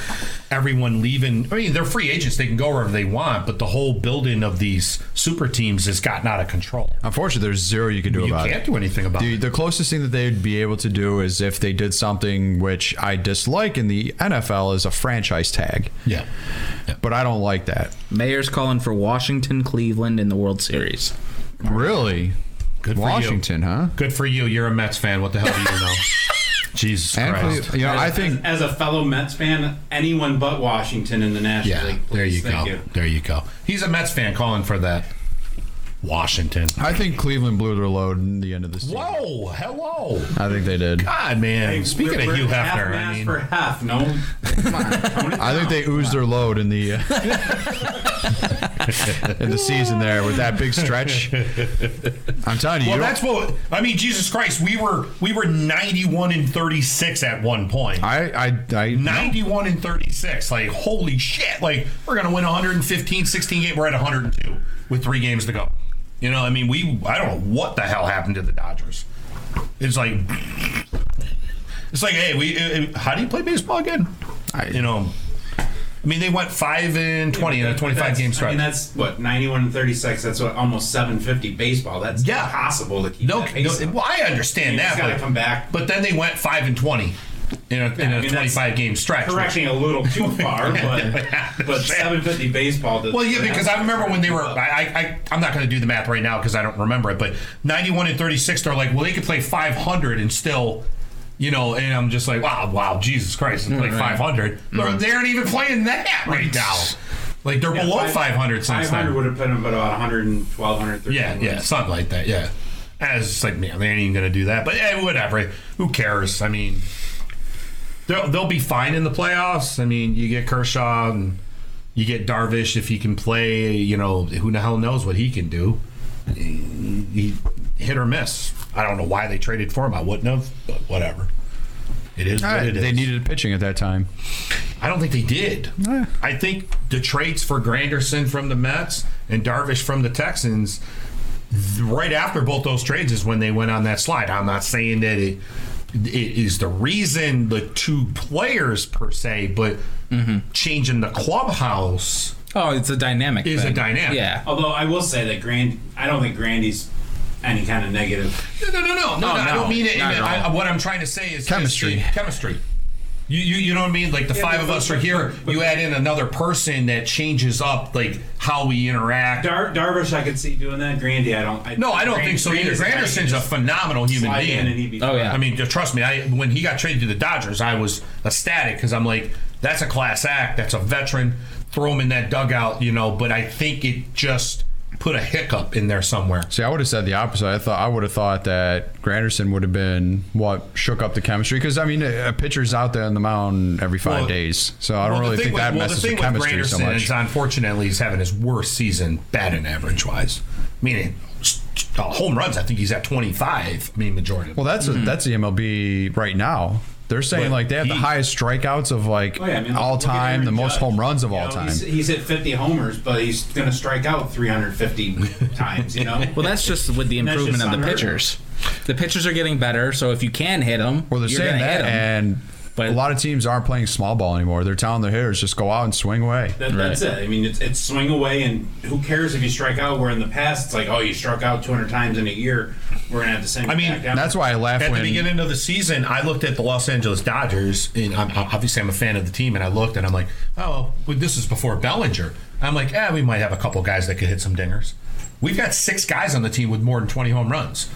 everyone leaving, I mean, they're free agents. They can go wherever they want, but the whole building of these super teams has gotten out of control. *laughs* Unfortunately, there's zero you can do You about can't it. do anything about The, it. the closest thing that they'd be able to do is if they did something which I dislike in the NFL is a franchise tag. Yeah. But I don't like that. Mayor's calling for Washington, Cleveland in the World Series. Really? Good for you. Washington, huh? Good for you. You're a Mets fan. What the hell do you *laughs* know? Jesus And Christ. Cle- you know, I think As a fellow Mets fan, anyone but Washington in the National Yeah, League. there you please. go. Thank you. There you go. He's a Mets fan calling for that. Washington. I think Cleveland blew their load in the end of the season. Whoa, hello. I think they did. God, man. Hey, Speaking we're- of we're Hugh half Hefner, I mass mean, for half, no. *laughs* I think they oozed their load in the uh, *laughs* in the season there with that big stretch. I'm telling you, well, you that's don't- what I mean. Jesus Christ, we were we were ninety one and thirty six at one point. I I I 91 and 36. Like, holy shit. Like, we're going to win 115, 16 game. We're at 102 with three games to go. You know, I mean, we, I don't know what the hell happened to the Dodgers. It's like, it's like, hey, we, uh, uh, how do you play baseball again? you know, I mean, they went 5 and 20 in a 25 That's- game I stretch. mean, that's what ninety-one and thirty-six. That's what almost seven fifty baseball. That's Yeah. impossible to keep. no, that pace no, up. well, I understand You just that. gotta but, come back. But then they went 5 and 20 in a, in Yeah, I a mean, that's 25 game stretch. which- correcting a little too *laughs* far, but but seven fifty baseball. does- Well, yeah, because I remember when they were. I, I, I I'm not going to do the math right now because I don't remember it. But 91 and 36, they're like, well, they could play 500 and still, you know. And I'm just like, wow, wow, Jesus Christ, and play 500. They're- They aren't even playing that right now. Like they're below 500 since 500 then. would have put them at about 112, 113. Yeah, yeah, something like that. Yeah. And it's just like, man, they ain't even gonna do that. But eh, whatever. Who cares? I mean, they'll they'll be fine in the playoffs. I mean, you get Kershaw and you get Darvish if he can play. You know, who the hell knows what he can do? He hit or miss. I don't know why they traded for him. I wouldn't have, but whatever. It is what it is. they needed pitching at that time. I don't think they did. I think the trades for Granderson from the Mets and Darvish from the Texans, th- right after both those trades is when they went on that slide. I'm not saying that it, it is the reason the two players per se, but changing the clubhouse Oh, it's a dynamic. is a thing. dynamic. Yeah. Although I will say that Grand, I don't think Grandy's any kind of negative. No, no, no, no, no. no, I no, don't mean it. In not a, at all. I, what I'm trying to say is just Chemistry. the Chemistry. You, you, you know what I mean? Like the five of but- us are here. you add in another person that changes up like how we interact. Dar- Darvish, I could see doing that. Grandy, I don't. I, No, I don't Grand- think so either. Grandy's a guy who can Granderson's a just phenomenal human slide in and being. he'd be Oh fine. yeah. I mean, just trust me. I when he got traded to the Dodgers, I was ecstatic because I'm like, that's a class act. That's a veteran. Throw him in that dugout, you know. But I think it just put a hiccup in there somewhere. See, I would have said the opposite. I thought I would have thought that Granderson would have been what shook up the chemistry because I mean a, a pitcher's out there on the mound every five Well, days, so I don't Well, really the think thing that with- messes well, the with thing with chemistry so Granderson much. Is unfortunately, he's having his worst season batting average wise. Meaning, uh, home runs. I think he's at 25. I mean, majority. Of them. well, that's a, that's the MLB right now. They're saying But like they have the he- highest strikeouts of like Oh, yeah, I mean, look- all look at Aaron time, the most Judge. home runs of You all know, time. He's, he's hit 50 homers, but he's going to strike out *laughs* 350 times. You know. Well, that's just with the And that's improvement just of the unheard of. pitchers. The pitchers are getting better, so if you can hit them, Well, they're you're saying gonna hit that, 'em. and But- a lot of teams aren't playing small ball anymore. They're telling their hitters just go out and swing away. That, That's it. I mean, it's, it's swing away, and who cares if you strike out? Where in the past, it's like, oh, you struck out 200 times in a year. We're gonna have the same. I mean, back down. That's why I laugh At when the beginning of the season, I looked at the Los Angeles Dodgers, and I'm, I'm- obviously I'm a fan of the team, and I looked and I'm like, oh, well, this is before Bellinger. I'm like, eh, we might have a couple guys that could hit some dingers. We've got six guys on the team with more than 20 home runs.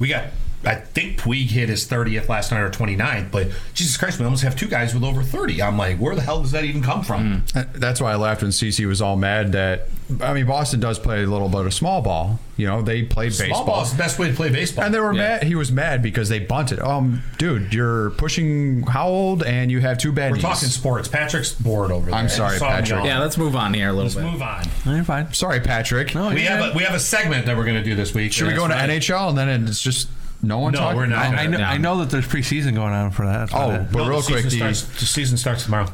We got, I think Puig hit his 30th last night or 29th, but Jesus Christ, we almost have two guys with over 30. I'm like, where the hell does that even come Mm, from? uh, That's why I laughed when CC was all mad that I mean Boston does play a little bit of small ball. You know, they play Small baseball. ball is the best way to play baseball. And they were Yeah. mad. He was mad because they bunted. Um, dude, you're pushing how old and you have two bad we're knees. talking sports. Patrick's bored over there. I'm sorry, him Patrick. yawn. yeah, let's move on here a little Let's bit. move on. No, you're fine. Sorry, Patrick. No, We have a, we have a segment that we're going to do this week. Should we go into That's NHL and then it's just no one No, talking? we're not. I, I, know, Yeah. I know that there's preseason going on for that. That's Oh, about it. but No, real the quick, season the, starts, the season starts tomorrow.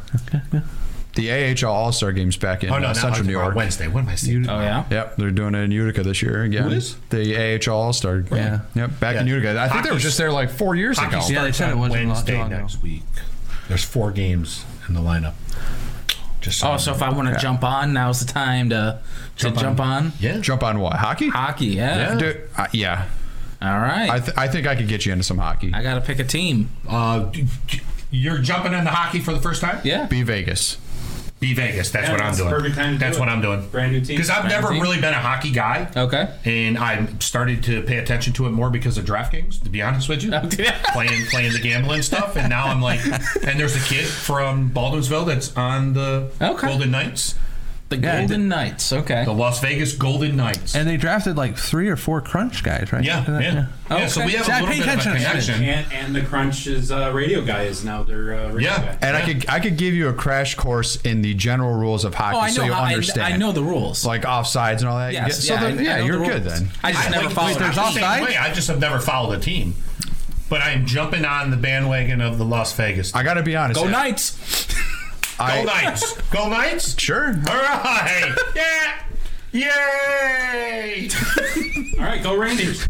the AHL All Star game's back in Oh uh, no, not Central New tomorrow, York. Wednesday. Uh, What am I seeing? Oh yeah, Yep, they're doing it in Utica this year again. Who is? The AHL All Star. Yeah. Yep, back in Yeah. Utica. I think they were Hockey's- just there like four years Hockey ago. starts Yeah, they said on it wasn't long- Wednesday long ago. next week. There's four games in the lineup. Just Oh, so if I want to jump on, now's the time to jump Jump to on. jump on yeah, Jump on what? Hockey? hockey. Yeah. Dude, uh, yeah. All right. I, I, th- I think I could get you into some hockey. gotta pick a team. uh, d- d- you're jumping into hockey for the first time. Yeah. Be Vegas. Be Vegas. That's Yeah, what I'm that's the doing. perfect time to That's do what it. I'm doing. Brand new team. Because I've never team. really been a hockey guy. Okay. And I started to pay attention to it more because of DraftKings, to be honest with you. *laughs* yeah. playing playing the gambling stuff, and now I'm like, and there's a kid from Baldwinsville that's on the Okay. Golden Knights, The Yeah, I Golden Knights. Okay. the Las Vegas Golden Knights. And they drafted like three or four crunch guys, right? yeah, yeah, yeah. So we have See, a I little pay bit of a attention to shit. connection. and, and the Crunch is uh, radio guy is now their uh, radio Yeah. guy. And I could I could give you a crash course in the general rules of hockey Oh, I know. so you how- I- understand. I, know the rules. like offsides and all that. You yes. get- so yeah, then, I- I yeah, know you're the good rules. then. I just I never like- followed. there's it. I'm the same offside? way. I just have never followed a team, but I'm jumping on the bandwagon of the Las Vegas. I got to be honest. Go Knights. I, Go Knights! *laughs* Go Knights! Sure. All right! Yeah! Yay! *laughs* All right, go Rangers.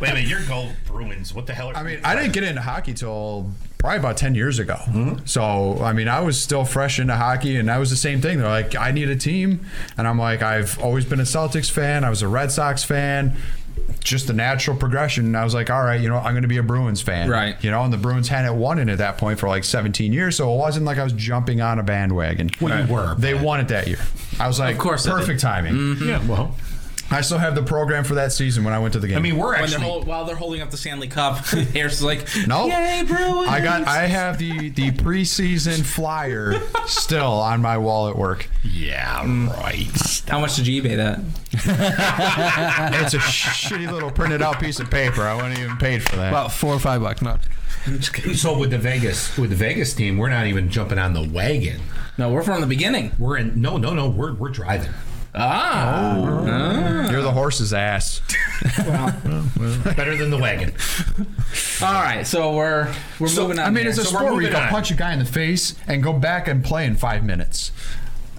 Wait a minute, you're Gold Bruins. What the hell? Are I mean, I didn't get into hockey till probably about 10 years ago. Mm-hmm. So, I mean, I was still fresh into hockey and I was the same thing. They're like, I need a team. And I'm like, I've always been a Celtics fan. I was a Red Sox fan. Just the natural progression. And I was like, all right, you know, I'm going to be a Bruins fan. Right. You know, and the Bruins hadn't won it at that point for like 17 years. So it wasn't like I was jumping on a bandwagon. Well, you Right. were, They but- won it that year. I was like, course they did. perfect timing. Yeah, well. I still have the program for that season when I went to the game. I mean, we're When they're actually. hold, while they're holding up the Stanley Cup, *laughs* Harris is like, No. yay, Bruins!" I got. I have the the preseason flyer still on my wall at work. Mm. Yeah, right. How much did you eBay that? *laughs* It's a shitty little printed out piece of paper. I wouldn't even paid for that. About four or five bucks. No. So with the Vegas, with the Vegas team, we're not even jumping on the wagon. No, we're from the beginning. We're in. No, no, no. We're we're driving. Ah, You're the horse's ass. Better than the wagon. all right. Oh. So we're we're moving on. I mean, here. it's a So we're sport where you moving can on. punch a guy in the face and go back and play in five minutes.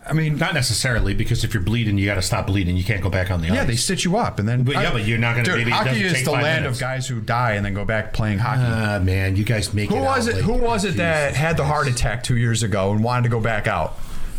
I mean, *laughs* Not necessarily because if you're bleeding, you got to stop bleeding. You can't go back on the ice. yeah, they sit you up and then. But yeah, but you're not gonna- Dude, maybe it hockey doesn't is take the five land minutes. of guys who die and then go back playing hockey. Ah, man, you guys make. who it was out it? like- who was it that Jesus had the heart Christ. attack two years ago and wanted to go back out?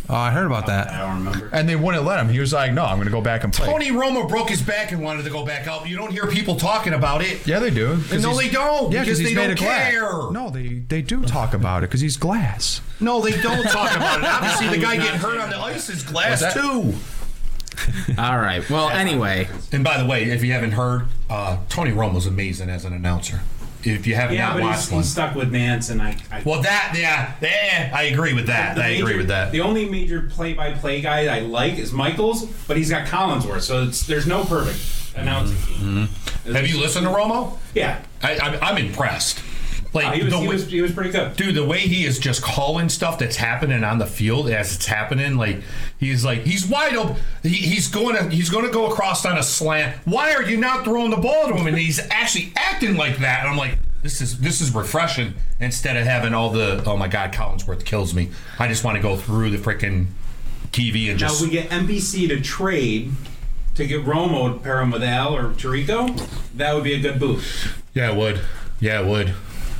Oh, I heard about I that. don't remember. And they wouldn't let him. He was like, "No, I'm going to go back and play." Tony Romo broke his back and wanted to go back out. You don't hear people talking about it. Yeah, they do. 'Cause No, he's- they don't, Yeah, because he's they made don't of glass. care. No, they they do talk about it because he's glass. No, they don't talk about *laughs* it. Obviously, the guy getting hurt on the ice is glass What's that? too. all right. Well, anyway, And by the way, if you haven't heard, uh, Tony Romo's amazing as an announcer. If you have Yeah, not but he's, watched one, he's stuck with Nance, and I. I well, that yeah, yeah, I agree with that. the I agree major- with that. The only major play-by-play guy I like is Michaels, but he's got Collinsworth, so it's, there's no perfect announcing. Mm-hmm. Have you listened to Romo? Yeah, I, I'm, I'm impressed. Like Uh, he, was, the he, way, was, he was pretty good. dude, the way he is just calling stuff that's happening on the field as it's happening. Like he's like he's wide open. He, he's going to he's going to go across on a slant. Why are you not throwing the ball to him? And he's actually acting like that. And I'm like, This is this is refreshing instead of having all the oh my god Collinsworth kills me. I just want to go through the freaking TV and Now just we get NBC to trade to get Romo to pair him with Al or Tarico. That would be a good boost. yeah it would yeah it would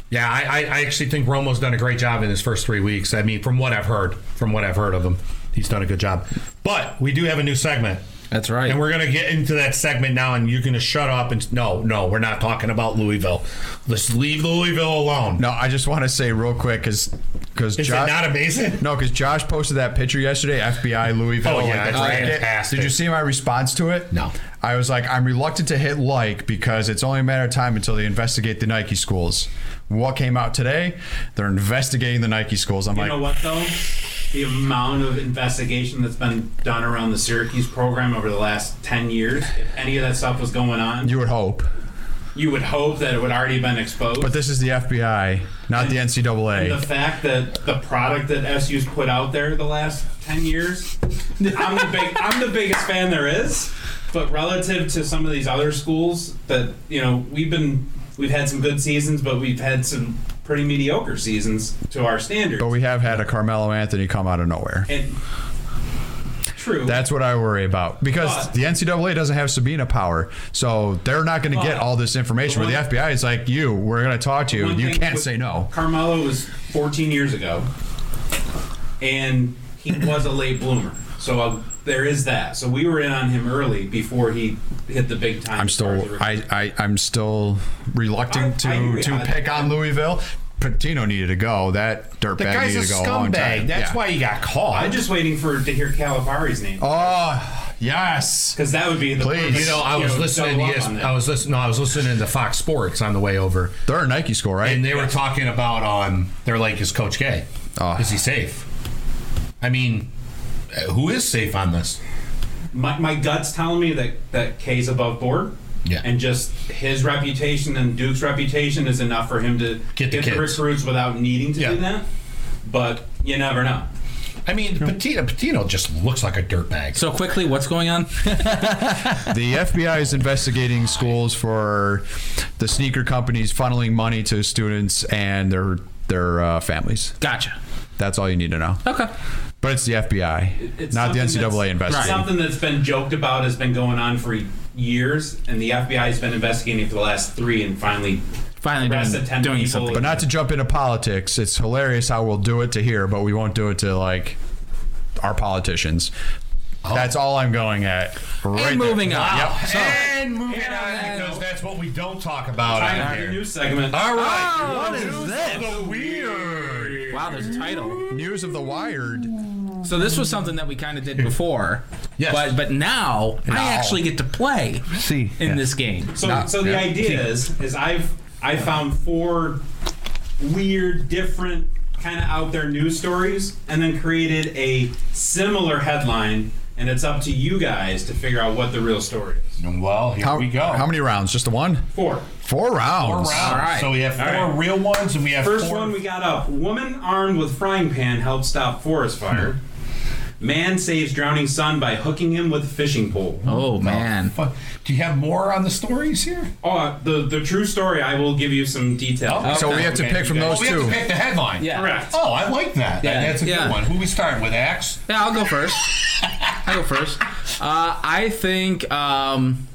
yeah I, I I actually think Romo's done a great job in his first three weeks. I mean from what I've heard from what I've heard of him he's done a good job. But we do have a new segment. That's right. And we're gonna get into that segment now, and you're gonna shut up and no, no, we're not talking about Louisville. Let's leave Louisville alone. No, I just want to say real quick because because Is Josh it not amazing? *laughs* no because Josh posted that picture yesterday. FBI Louisville. Oh, yeah, like, it's that's fantastic. Did you see my response to it? No. I was like, I'm reluctant to hit like because it's only a matter of time until they investigate the Nike schools. What came out today? They're investigating the Nike schools. I'm You like, know what though? The amount of investigation that's been done around the Syracuse program over the last ten years, if any of that stuff was going on, you, you would hope, would hope that it would already been exposed. but this is the FBI, not the the NCAA. fact that the product that SU's put out there the last ten years, I'm the big, I'm the biggest fan there is. But relative to some of these other schools, that you know, we've been, we've had some good seasons, but we've had some pretty mediocre seasons to our standards. But we have had a Carmelo Anthony come out of nowhere. and true, That's what I worry about because But- the NCAA doesn't have subpoena power, so they're not going to get But- all this information. but Where the one- FBI is like, "You, we're going to talk to you. One You thing can't with- say no." Carmelo was 14 years ago, and he was a late bloomer. So uh, there is that. So we were in on him early before he hit the big time. I'm as far as the still, recruiting. I, I, I'm still reluctant I- I to agree. to I- pick on Louisville. Patino needed to go. That The dirtbag guy's needed to go a a long scumbag. time. That's Yeah. why he got caught. I'm just waiting for to hear Calipari's name Oh yes. because that would be the Please. perfect, You you know, I was listening. double To up yes, on that. I was listening. No, I was listening to Fox Sports on the way over, They're a Nike school, right? and they were talking about um, they're like, is Coach Gay? Oh. Is he safe? I mean, who is safe on this? my, my gut's telling me that that K's above board. Yeah. And just his reputation and Duke's reputation is enough for him to Get the kids. recruits without needing to Yeah. do that. But you never know. I mean, Patino Patino just looks like a dirtbag. so quickly, what's going *laughs* on? the FBI is investigating schools for the sneaker companies funneling money to students and their their uh, families. Gotcha. That's all you need to know. Okay. But it's the FBI, It's not the something that's- NCAA investigating. Something that's been joked about has been going on for years, and the FBI has been investigating for the last three, and finally, Finally Arrested doing, 10 doing people. something. But not to jump into politics. It's hilarious how we'll do it to here, but we won't do it to like our politicians. That's all I'm going at. Right Oh. and moving there. on. Yep. and moving on Yeah. because that's what we don't talk about. I on have a here. new segment. All right. Oh, What is this? The weird. Wow, there's a title. News of the Wired. So this was something that we kind of did before. Yes. But but now I actually get to play See. in this game. So, so the idea is, is I've I found four weird, different, kind of out there news stories, and then created a similar headline, and it's up to you guys to figure out what the real story is. Well, here How, we go. How many rounds? Just the one? Four. Four rounds. Four rounds. All right. So we have four right. real ones, and we have First four. one we got up. Woman armed with frying pan helps stop forest fire. Man saves drowning son by hooking him with fishing pole. Oh man. Fu- Do you have more on the stories here? Oh, uh, the the true story. I will give you some detail. So we have to pick from Oh, those we have two. to pick the headline. Yeah. Correct. Oh, I like that. Yeah. That's a Yeah. good one. Who we starting with? Axe. Yeah, I'll *laughs* go first. I go first. Uh, I think um,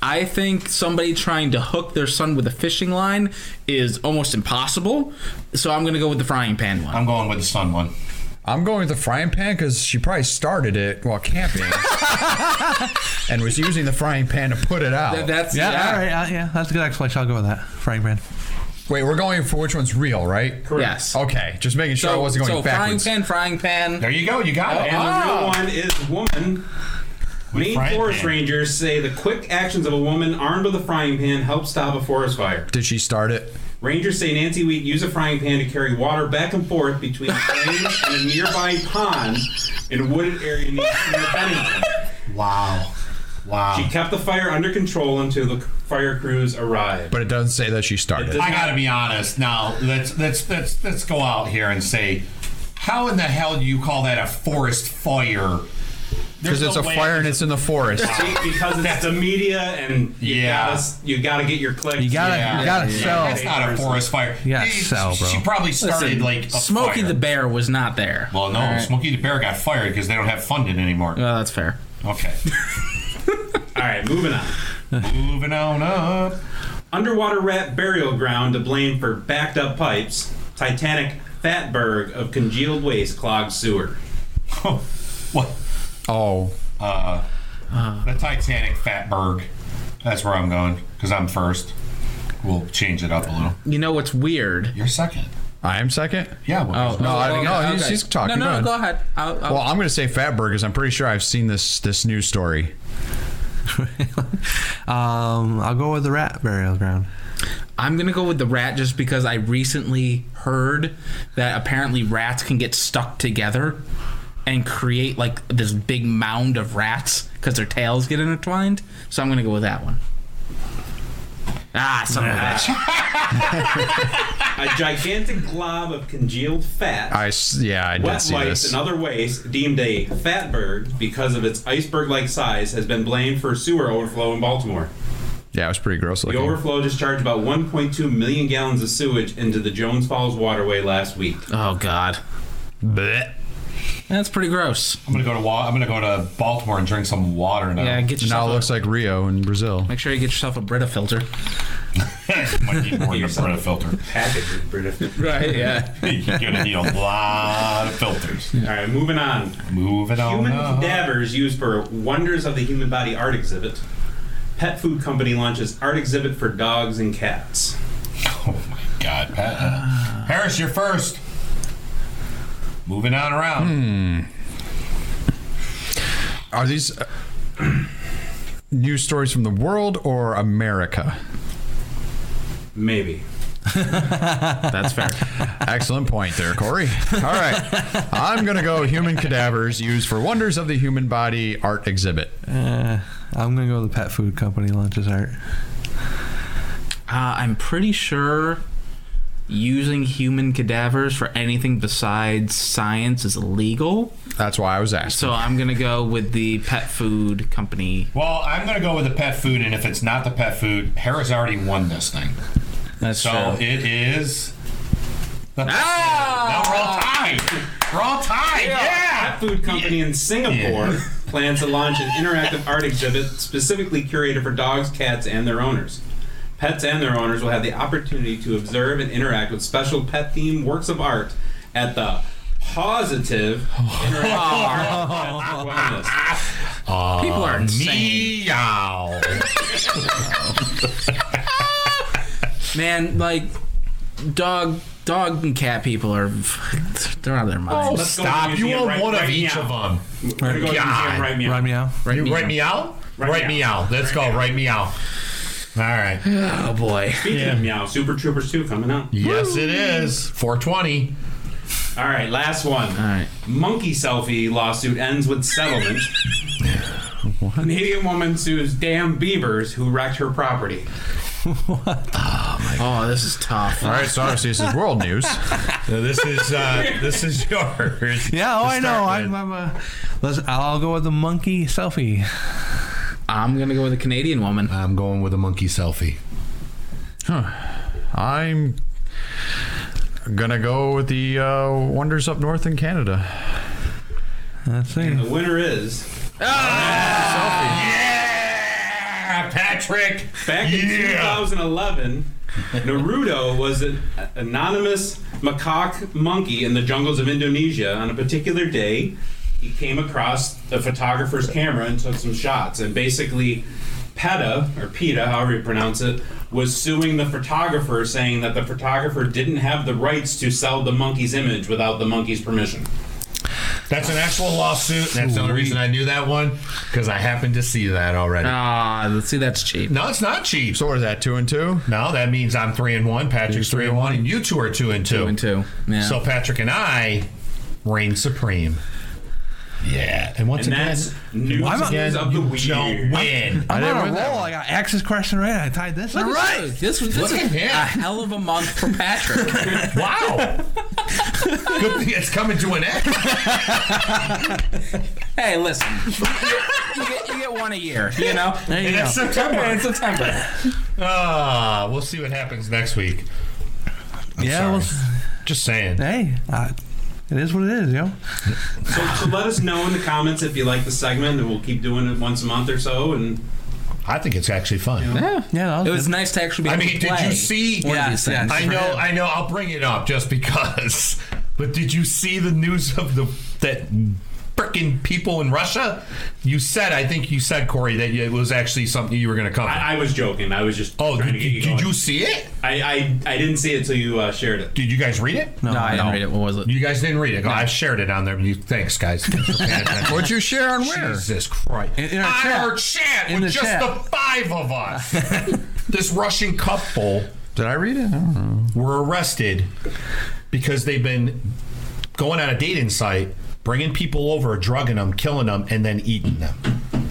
I think somebody trying to hook their son with a fishing line is almost impossible. So I'm gonna go with the frying pan one. I'm going with the sun one. I'm going with the frying pan because she probably started it while *laughs* camping and was using the frying pan to put it out. Th- That's Yeah, yeah. all right. Uh, yeah, that's a good explanation. I'll go with that. Frank man. Wait, we're going for which one's real, right? Yes. Oh, Okay, just making sure I So, wasn't so going frying backwards. pan, Oh, ah! frying pan. There you go. You got it. And the Ah. real one is woman. Maine frying forest pan. rangers say the quick actions of a woman armed with a frying pan help stop a forest fire. Did she start it? Rangers say Nancy Wheat used a frying pan to carry water back and forth between the flames and a nearby pond in a wooded area near near Bennington. Wow. Wow. She kept the fire under control until the fire crews arrived. But it doesn't say that she It started. does- I gotta be honest. Now let's let's let's let's go out here and say, how in the hell do you call that a forest fire? because it's no a way fire and it's in the forest. because it's the media and you Yeah. gotta, you gotta get your clicks. You gotta, Yeah. you gotta Yeah, sell. That's not a forest fire. Yeah, They- sell, bro. She probably started Listen, like a Smokey fire. the Bear was not there. Well, no, All right. Smokey the Bear got fired because they don't have funding anymore. Well, Uh, that's fair. Okay, All right, moving on. moving on up. *laughs* Underwater rat burial ground to blame for backed up pipes. Titanic fatberg of congealed waste clogged sewer. what? Oh, Uh, Uh-huh. the Titanic Fatberg. That's where I'm going because I'm first. We'll change it up a little. You know what's weird? You're second. I am second. Yeah. Oh, well, no, I- well, no, he's- he's talking. No, no, Go go ahead. I'll, I'll, Well, I'm going to say Fatburgers. I'm pretty sure I've seen this this news story. Um, I'll go with the rat burial ground. I'm gonna go with the rat just because I recently heard that apparently rats can get stuck together and create like this big mound of rats because their tails get intertwined. So I'm gonna go with that one. Ah, son of a bitch. A gigantic glob of congealed fat. I s- yeah, I did Wet see wipes this. and other waste, deemed a fatberg because of its iceberg-like size, has been blamed for sewer overflow in Baltimore. Yeah, it was pretty gross The looking. overflow discharged about 1.2 million gallons of sewage into the Jones Falls waterway last week. Oh god, Blech. that's pretty gross. I'm gonna go to Wa- I'm gonna go to Baltimore and drink some water now. Yeah, get Now yourself. it a- looks like Rio in Brazil. make sure you get yourself a Brita filter. *laughs* Might need more than a Brita *laughs* filter. Package of British. Right. Yeah. You're gonna need a lot of filters. All right, moving on. Moving on Human up. cadavers used for Wonders of the Human Body art exhibit. Pet food company launches art exhibit for dogs and cats. Oh my God, Pat. Harris, you're first. Moving on around. Hmm. Are these uh, *clears throat* news stories from the world or America? Maybe. *laughs* That's fair. Excellent point there, Corey. All right. I'm going to go human cadavers used for wonders of the human body art exhibit. Uh, I'm gonna go with the pet food company lunches art. Uh, I'm pretty sure using human cadavers for anything besides science is illegal. That's why I was asked. So I'm gonna go with the pet food company. Well, I'm going to go with the pet food, and if it's not the pet food, Harris already won this thing. That's So true. it is. The pet Ah! food. Now we're all tied. We're all tied. Yeah. Pet food company in Singapore Yeah. *laughs* plans to launch an interactive art exhibit specifically curated for dogs, cats, and their owners. Pets and their owners will have the opportunity to observe and interact with special pet themed works of art at the Positive Interactive Art Wellness. Oh, Ah. People are insane, Meow. man. Like dog, dog and cat people are *laughs* they're out of their Oh, minds. Let's go to Stop. the You museum want right- one of right each meow. of them. We're gonna go to the museum God. right meow. Right meow. right, Right meow? Right, meow. Let's go. Right meow. All right. Oh boy. Speaking of meow, Super Troopers 2 coming out. Yes, it is. 420. All right, last one. All right. Monkey selfie lawsuit ends with settlement. Canadian woman sues damn beavers who wrecked her property. Oh, this is tough. All right. So obviously this is world news. this is uh, this is yours. Yeah, oh, To I know. start I'm, with. I'm a. Let's. I'll go with the monkey selfie. *laughs* I'm gonna go with a Canadian woman. I'm going with a monkey selfie. I'm going to go with the uh, wonders up north in Canada. Let's see. The winner is Yeah, Ah, Patrick. back in 2011. Naruto was an anonymous macaque monkey in the jungles of Indonesia. On a particular day, he came across a photographer's camera and took some shots. And basically, PETA, or PETA, however you pronounce it, was suing the photographer, saying that the photographer didn't have the rights to sell the monkey's image without the monkey's permission. That's an actual lawsuit. That's the only reason I knew that one because I happened to see that already. Ah, let's see, that's cheap. No, it's not cheap. So what is that, two and two? No, that means I'm three and one. Patrick's three and one, and you two are two and two. Two and two. Yeah. So Patrick and I reign supreme. Yeah, and once And again, that's news Why am I- again, of the you week. don't win. I'm didn't on a win that roll. one. I got X's question right. I tied this. All right. Right. This was this Look is at a him. hell of a month for Patrick. *laughs* Wow. Good thing it's coming to an end. Hey, listen, *laughs* you get, you get, you get one a year, you know. There you And go. it's September. in September. Ah, we'll see what happens next week. yeah. Well, sorry. Just saying. hey, uh, it is what it is, yo. So, so let us know in the comments if you like the segment, and we'll keep doing it once a month or so. And I think it's actually fun. Yeah, that It was was nice to actually be. I able mean, to did play you see? One of these Yeah, yeah. things. I for know, him. I know. I'll bring it up just because. *laughs* But did you see the news of the that frickin' people in Russia? You said, I think you said, Corey, that it was actually something you were going to cover. I, I was joking. I was just oh, trying did, to get you. did going. you see it? I, I I didn't see it till you uh, shared it. Did you guys read it? No, I didn't read it. What was it? You guys didn't read it. I shared it on there. You, thanks, guys. Thanks for paying attention. What'd you share on where? Jesus Christ. In- in our On chat. our chat In with the just chat. the five of us. *laughs* this Russian couple Did I read it? I don't know. were arrested because they've been going on a dating site, bringing people over, drugging them, killing them, and then eating them.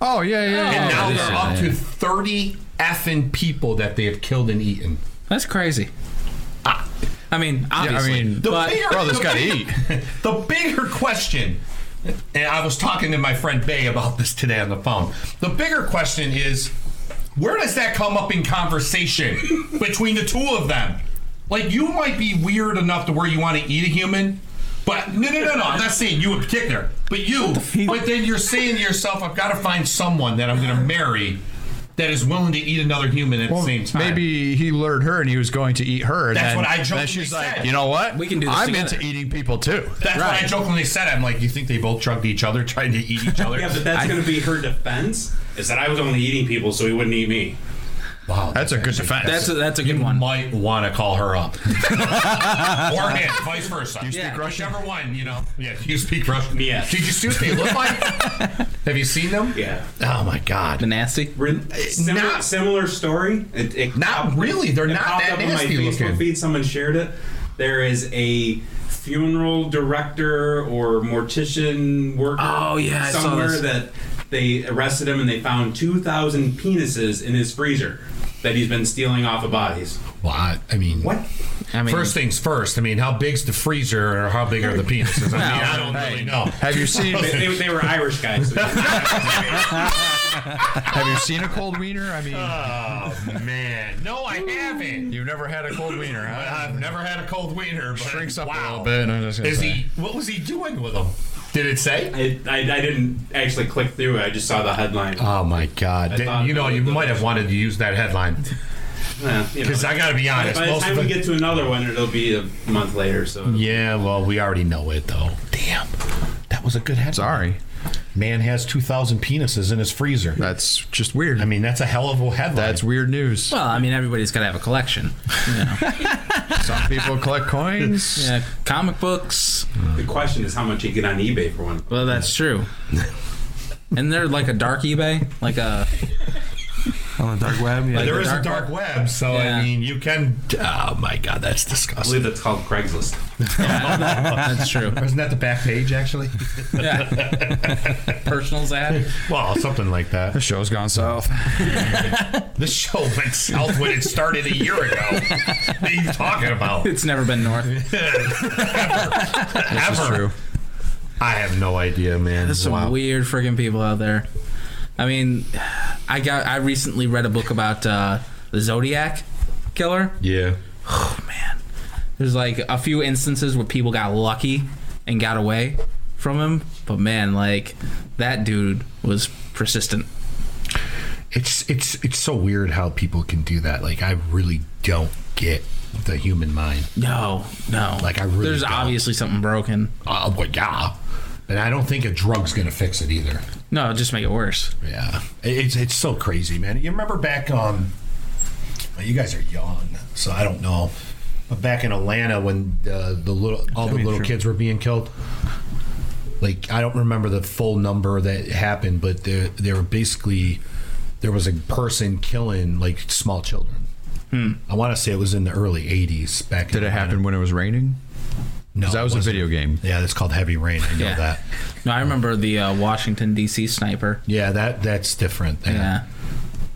Oh yeah, yeah. yeah. And now this they're up is- to 30 effing people that they have killed and eaten. That's crazy. Ah. I mean, obviously, mean, The but bigger, Brother's the gotta bigger- *laughs* The bigger question, and I was talking to my friend Bay about this today on the phone. The bigger question is, where does that come up *laughs* in conversation between the two of them? Like, you might be weird enough to where you want to eat a human, but no, no, no, no. I'm not saying you in particular, but you. But then you're saying to yourself, I've got to find someone that I'm going to marry that is willing to eat another human at Well, the same time. Maybe he lured her and he was going to eat her. And That's then, what I jokingly then she's said. like, you know what? We can do this I'm together." into eating people too. That's what I Right. jokingly said. I'm like, you think they both drugged each other, trying to eat *laughs* each other? Yeah, but that's I- going to be her defense. Is that I was only eating people, so he wouldn't eat me. Wow, That's a good defense. that's a, that's a you good one. might want to call her *laughs* up, or him, vice versa. You speak Yeah. Russian? Whichever one, you know. Yeah, you speak Russian. Yeah. Did you see what they *laughs* look like? Have you seen them? Yeah. Oh my The god. nasty. We're- eh, Similar, not- similar story. It, it Not really. They're it not popped that up on my nasty Facebook looking. feed. Someone shared it. There is a funeral director or mortician worker Oh, yeah, I saw somewhere this. that they arrested him and they found 2,000 penises in his freezer that he's been stealing off of bodies. Well, I, I mean, What? I mean, First things first. I mean, how big's the freezer, or how big are the penises? I mean, I don't really know. have you *laughs* seen They, they, they were Irish guys. So Have you seen a cold wiener? I mean, *laughs* Oh man, no, I haven't. you've never had a cold wiener, But huh? I've never had a cold wiener. But Shrinks up wow. a little bit. I'm just gonna Is say. he? What was he doing with them? Did it say? I, I, I didn't actually click through it. I just saw the headline. Oh my God! Did- thought- you know, you might have wanted to use that headline Eh, you know. because I got to be honest. By the Most time of we it, get to another one, it'll be a month later. So yeah, well, we already know it though. Damn, that was a good headline. Sorry, Man has two thousand penises in his freezer. that's just weird. I mean, that's a hell of a headline. that's weird news. well, I mean, everybody's got to have a collection. *laughs* Some people collect coins. Yeah, comic books. the question is how much you get on eBay for one. Well, that's true. And they're like a dark eBay, like a on the dark web. Yeah. there the is a dark dark web, so I Yeah. mean, you can. Oh my God, that's I disgusting. believe that's called Craigslist. *laughs* that's true. Isn't that the back page actually? Yeah, *laughs* personal ad. well, something like that. *laughs* The show's gone south. *laughs* The show went south when it started a year ago. what are you talking about? It's never *laughs* been north. This is Ever. true. I have no idea, man. There's some wow. weird freaking people out there. I mean, I got I recently read a book about uh, the Zodiac killer. yeah. There's like a few instances where people got lucky and got away from him, but man, like that dude was persistent. It's it's it's so weird how people can do that. Like I really don't get the human mind. No, no. Like, I really There's don't. obviously something broken. Uh, well, yeah. And I don't think a drug's gonna fix it either. No, it'll just make it worse. Yeah. It- It's it's so crazy, man. You remember back um well, you guys are young, so I don't know. But back in Atlanta when uh, the, the little all the little kids were being killed. Like I don't remember the full number that happened, but there there were basically there was a person killing like small children. I want to say it was in the early '80s. Back Hmm. Did in it Atlanta. happen when it was raining? No, 'Cause that it was a wasn't. video game. Yeah, that's called Heavy Rain. I know Yeah. that. No, I remember the uh, Washington D.C. sniper. Yeah, that that's different. Yeah,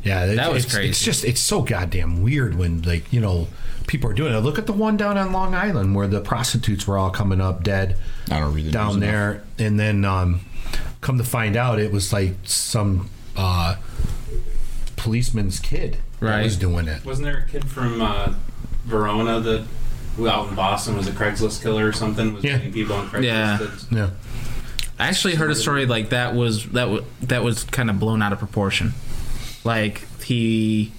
Yeah, it- That was it's, crazy. It's just it's so goddamn weird when like you know people are doing it. Look at the one down on Long Island where the prostitutes were all coming up dead I don't read the down news enough. there, and then um, Come to find out, it was like some uh, policeman's kid that Right. was doing it. Wasn't there a kid from uh, Verona that who out in Boston was a Craigslist killer or something? Was Yeah. yeah. people on Craigslist? Yeah. that- Yeah. I actually heard a story like that was that w- that was kind of blown out of proportion. Like he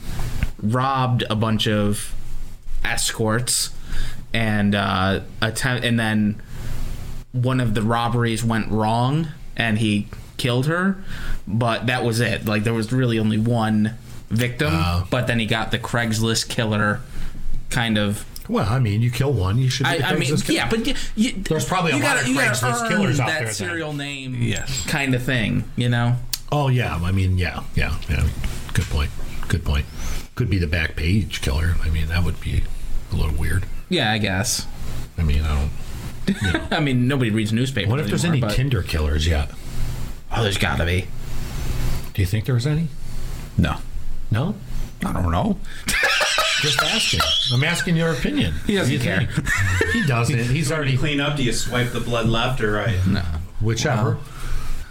robbed a bunch of escorts and uh attempt and then one of the robberies went wrong and he killed her, but that was it. Like there was really only one victim, but then he got the Craigslist killer kind of Well, I mean, you kill one, you should. Be I, the I mean, Craigslist killer. yeah, but you, you, There's probably a you lot gotta- of you gotta Craigslist earn killers out that there then. serial name, Yes. kind of thing. You know, Oh yeah, I mean yeah, yeah, yeah. Good point. Good point. Could be the back page killer. I mean that would be a little weird. yeah, I guess. *laughs* I mean I don't. I mean, nobody reads newspapers. What if there's any anymore, but- Tinder killers yet? Oh, there's gotta be. Do you think there's any? No, No. I don't know. Just asking. I'm asking your opinion. He doesn't What do you think? He doesn't. He's When you already clean up, do you swipe the blood left or right? whichever.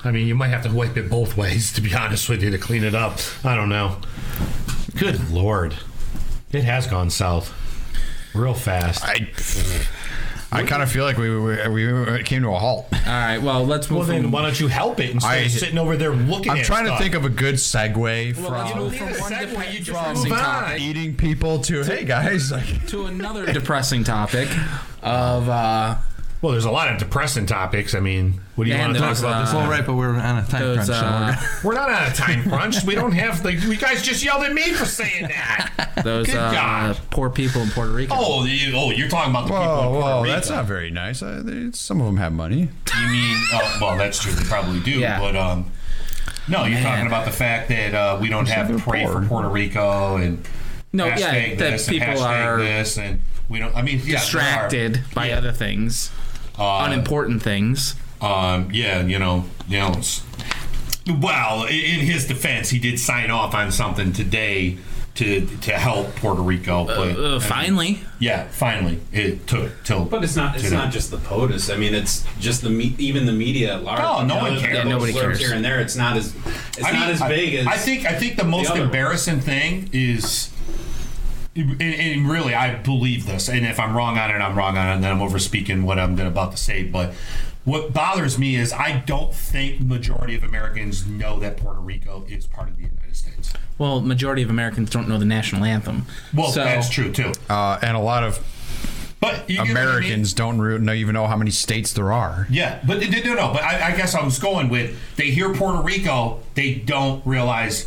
I mean, you might have to wipe it both ways to be honest with you to clean it up. I don't know. Good lord, it has gone south real fast. I I kind of feel like we, we we came to a *laughs* halt. All right, well, let's Well, move. then from- why don't you help it instead I- of sitting over there looking I'm at trying to stuff? think of a good segue well, let's from move from one depre- from move topic on. eating people to hey *laughs* guys, like, *laughs* to another depressing topic of uh, Well, there's a lot of depressing topics. I mean, what do you And want to talk those, about? this? uh, Well, right, but we're on a time crunch. those, so we're- uh, We're not on a time crunch. we don't have like you guys just yelled at me for saying that. *laughs* *laughs* those Good uh, God. poor people in Puerto Rico. Oh, you, oh, you're talking about the people. whoa, in Puerto whoa, Rico. that's not very nice. I, they, some of them have money. You mean? Oh, well, that's true. They probably do. Yeah. But um, no, you're talking about the fact that uh, we don't have they're pray poor. for Puerto Rico and No, hashtag yeah, that this and people hashtag are this and we don't. I mean, yeah, Uh, there are- distracted by other things, unimportant things. Um, yeah, you know, you know. it's- Well, i- in his defense, he did sign off on something today to to help Puerto Rico. But Uh, finally, yeah, finally, it took till. But it's not. It's Dude. not just the POTUS. I mean, it's just the me- even the media at large. Oh, No, no You one there's cares. little Yeah, nobody blurbs cares. Here and there, it's not as it's I mean, not as I- big as I think. I think the most other one. embarrassing thing is. And, and really, I believe this. And if I'm wrong on it, I'm wrong on it. And then I'm over speaking what I'm gonna- about to say. But what bothers me is I don't think majority of Americans know that Puerto Rico is part of the United States. Well, majority of Americans don't know the national anthem. Well, So- that's true too. Uh, and a lot of But you get what I mean? Americans don't re- know even know how many states there are. Yeah, but no, no, no. But I, I guess I was going with they hear Puerto Rico, they don't realize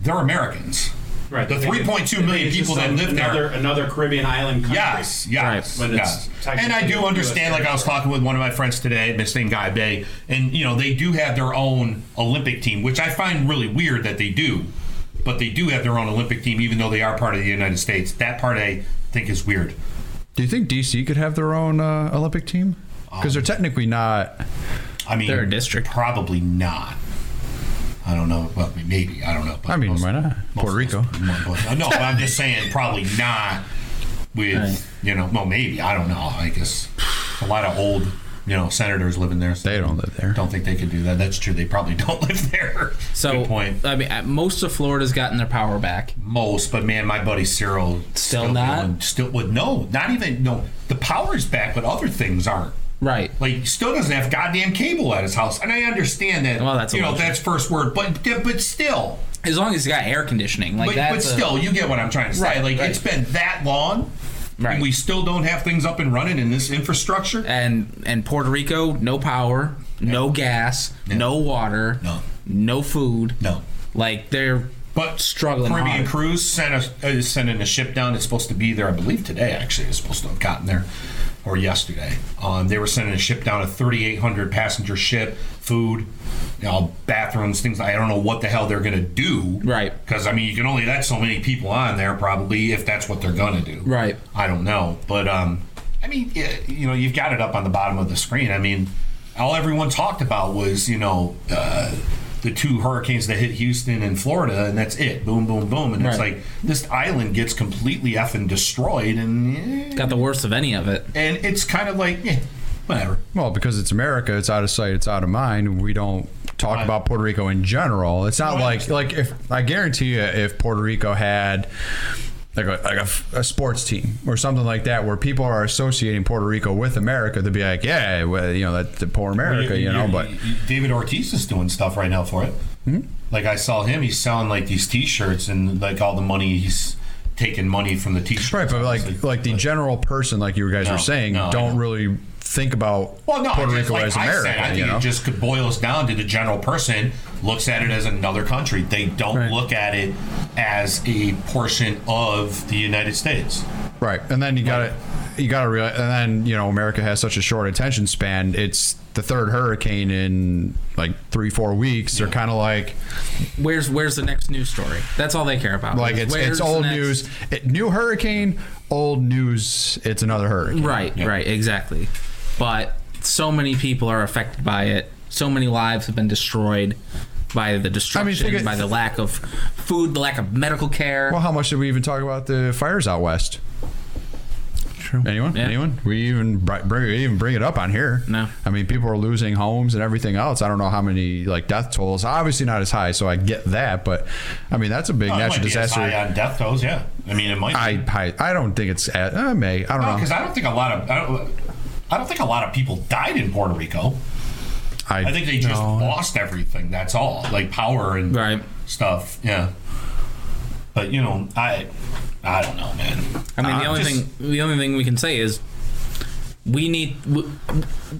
they're Americans. right, The they think it's- 3.2 they think million it's people just that some- live there. another, Another Caribbean island country. Yes, yes, Right, when yes. it's And I do technically understand. US Like I was territory. talking with one of my friends today, Miss Thing Guy Bay, and you know they do have their own Olympic team, which I find really weird that they do. But they do have their own Olympic team, even though they are part of the United States. That part I think is weird. Do you think DC could have their own uh, Olympic team? Because they're Um, technically not. I mean, They're a district. Probably not. I don't know. Well, maybe I don't know. But I mean, why not? Puerto *laughs* Rico. Rico. No, but I'm just saying, probably not. With Right. you know, well, maybe I don't know. I guess a lot of old you know senators living there. So They don't live there. Don't think they could do that. That's true. They probably *laughs* don't live there. So Good point. I mean, uh, most of Florida's gotten their power back. Most, but man, my buddy Cyril Still not? doing- still would no, not even no. The power's back, but other things aren't. Right. Like, still doesn't have goddamn cable at his house, and I understand that. Well, that's a you know luxury. that's first word, but but still, As long as you got air conditioning, like but, that's but a- still, you get what I'm trying to say. Right, like right. it's been that long, Right. and we still don't have things up and running in this infrastructure. and and Puerto Rico, no power, no gas, no water, No. no food, No. Like they're But struggling Caribbean hard. Cruise sent a, is sending a ship down. It's supposed to be there, I believe, today. Actually, it's supposed to have gotten there, or yesterday. Um, they were sending a ship down, a 3,800 passenger ship, food, you know, bathrooms, things. I don't know what the hell they're gonna do, Right. Because I mean, you can only let so many people on there, probably, if that's what they're gonna do, Right. I don't know, but um, I mean, yeah, you know, you've got it up on the bottom of the screen. I mean, all everyone talked about was you know uh, the two hurricanes that hit Houston and Florida, and that's it. Boom, boom, boom, and it's Right. like this island gets completely effing destroyed, and eh, got the worst of any of it. and it's kind of like eh, whatever. Well, because it's America, it's out of sight, it's out of mind. We don't talk about Puerto Rico in general. It's not like like if I guarantee you, if Puerto Rico had like a, like a f- a sports team or something like that, where people are associating Puerto Rico with America, to be like, yeah, well, you know, that the poor America, you know. But Hmm? David Ortiz is doing stuff right now for it. Like I saw him, he's selling like these T-shirts and like all the money he's taking money from the T-shirts. right, but like obviously. like the general person, like you guys No, were saying, no, I don't know. really think about Well, no, Puerto just Rico like as I America. Said, I think you know? it just could boils down to the general person looks at it as another country. They don't look at it as a portion of the United States. Uh, Right, and then you got to you got to realize, and then you know America has such a short attention span. It's the third hurricane in like three four weeks. They're kind of like Where's where's the next news story? That's all they care about. like is it's where's it's the old next- news, it, new hurricane, old news. It's another hurricane. Right, right, exactly. But so many people are affected by it. So many lives have been destroyed by the destruction, think it- by the lack of food, the lack of medical care. Well, how much did we even talk about the fires out west? True. Anyone? Yeah. Anyone? We even bri- bring we even bring it up on here. No. I mean, people are losing homes and everything else. I don't know how many like death tolls. Obviously not as high, so I get that. But I mean, that's a big No, it might natural be as disaster. high on death tolls. Yeah, I mean it might. I, I I don't think it's at uh, May. I don't know. because I don't think a lot of I don't, I don't think a lot of people died in Puerto Rico. I think they just lost everything. That's all, like power and Right. stuff. Yeah, but you know, I I don't know, man. I mean, I'm uh, the only just- thing the only thing we can say is we need w-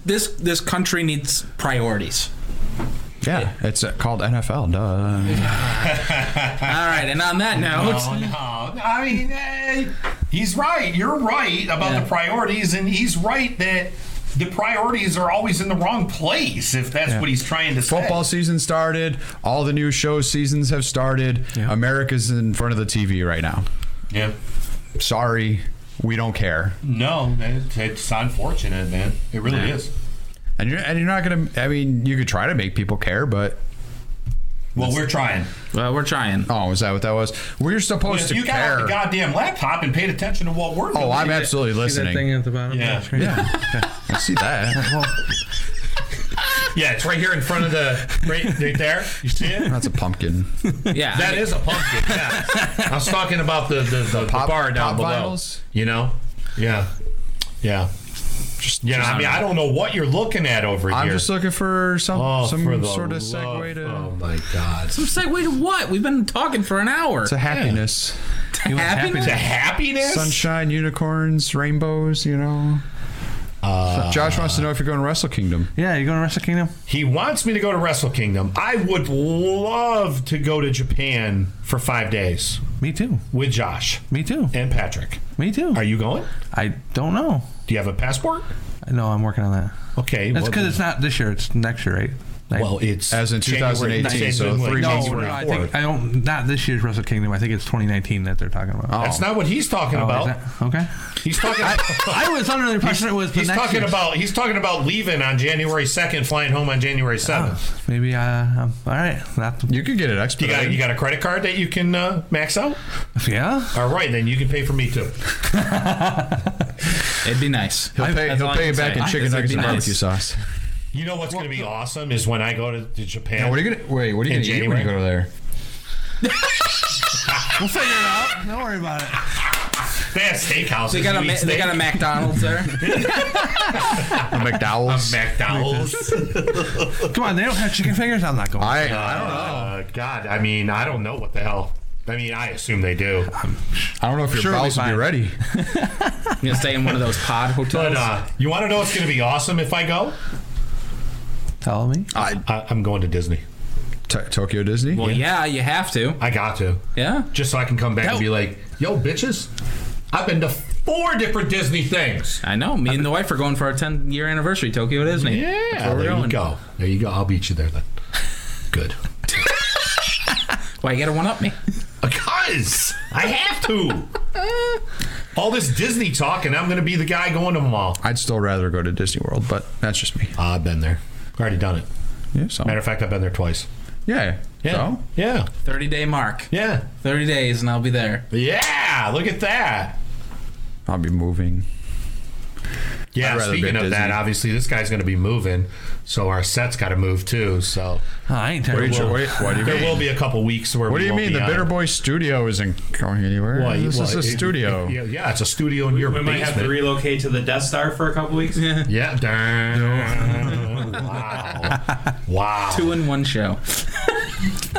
this this country needs *laughs* priorities. yeah, it's uh, called NFL. Duh. All right, and on that note, No, Oh, no. I mean, eh, he's right. You're right about Yeah. the priorities, and he's right that the priorities are always in the wrong place. If that's what he's trying to say. Football season started. All the new show seasons have started. America's in front of the TV right now. Yeah. Sorry, we don't care. No, it, it's unfortunate, man. It really is. And you're and you're not gonna. I mean, you could try to make people care, but Well, we're trying. well, *laughs* we're trying. oh, is that what that was? We're supposed to If you got off care. the goddamn laptop and paid attention to what we're doing. oh, I'm absolutely *laughs* See that thing listening. at the bottom Yeah. of the screen? Yeah, I see *laughs* that. Well, yeah, it's right here in front of the right, right there. You *laughs* see it? that's a pumpkin. Yeah, That is a pumpkin. Yeah, I was talking about the the, the, the Pop- bar down pop below. vinyls? You know? Yeah, yeah. Just, yeah, I mean, I don't know what you're looking at over I'm here. just looking for some oh, some for the sort of love- segue to, Oh my god, I'm saying, wait, what? We've been talking for an hour. to happiness. He wants Happiness? the happiness. sunshine, unicorns, rainbows, you know. Josh wants to know if you're going to Wrestle Kingdom. Yeah, you going to Wrestle Kingdom? He wants me to go to Wrestle Kingdom. I would love to go to Japan for five days Me too. with Josh Me too. and Patrick. Me too. Are you going? I don't know. Do you have a passport? No, I'm working on that. Okay, That's well, because it's not this year. It's next year, right? Like- well, it's As in January 2018, so 19th, three no, months no, we're I not think I don't. Not this year's Wrestle Kingdom. I think it's 2019 that they're talking about. That's not what he's talking Oh, is about. that- okay. He's talking. *laughs* I was under the impression it was the He's next talking year's. about he's talking about leaving on January second, flying home on January seventh. Maybe. Uh, um, all right. Not You could get it You got expedited. you got a credit card that you can uh, max out. yeah. All right, then you can pay for me too. It'd be nice. he'll I- pay, that's he'll all I pay can it back say. in chicken It'd nuggets be and nice. barbecue sauce. You know what's going to be awesome is when I go to, to Japan. Now, what are you gonna wait? What are you In gonna eat when you go January? there? We'll figure it out. Don't worry about *laughs* it. they have steakhouses. They got a You Ma- eat they steak? got *laughs* a McDonald's there. A McDowell's. McDowell's. Come on. They don't have chicken fingers. I'm not going. I, I don't know. uh, God, I mean, I don't know what the hell. I mean, I assume they do. I don't know if your Sure, it'll be bowels will be fine. ready. You know, stay in one of those pod But hotels. uh, you want to know what's going to be awesome if I go? Tell me. Uh, I, I'm going to Disney. To- Tokyo Disney. well, Oh, yeah, you have to. I got to. Yeah. just so I can come back and be like, "Yo, bitches, I've been to four different Disney things." I know. Me and the wife are going for our 10 year anniversary, Tokyo Disney. That's where there we're you going. go. There you go. I'll beat you there then. Good. Why you gotta one up me? *laughs* Because I have to. All this Disney talk, and I'm going to be the guy going to them all. I'd still rather go to Disney World, but that's just me. I've been there. Already done it. Yeah. So. Matter of fact, I've been there twice. Yeah. So. Yeah. 30 day mark. Yeah. 30 days and I'll be there. Yeah. Look at that. I'll be moving. Yeah, I'd rather speaking be of at that, Disney. obviously this guy's going to be moving, so our set's got to move too. So Oh, I ain't What do terrible. you, what, do you there mean? will be a couple weeks where what do we you won't mean? be The on. Bitter Boy Studio isn't going anywhere. Well, this well, is a it- studio. it- yeah, yeah, it's a studio in your We might basement. have to relocate to the Death Star for a couple weeks. Yeah. yeah. *laughs* Darn. wow. Wow. Two in one show.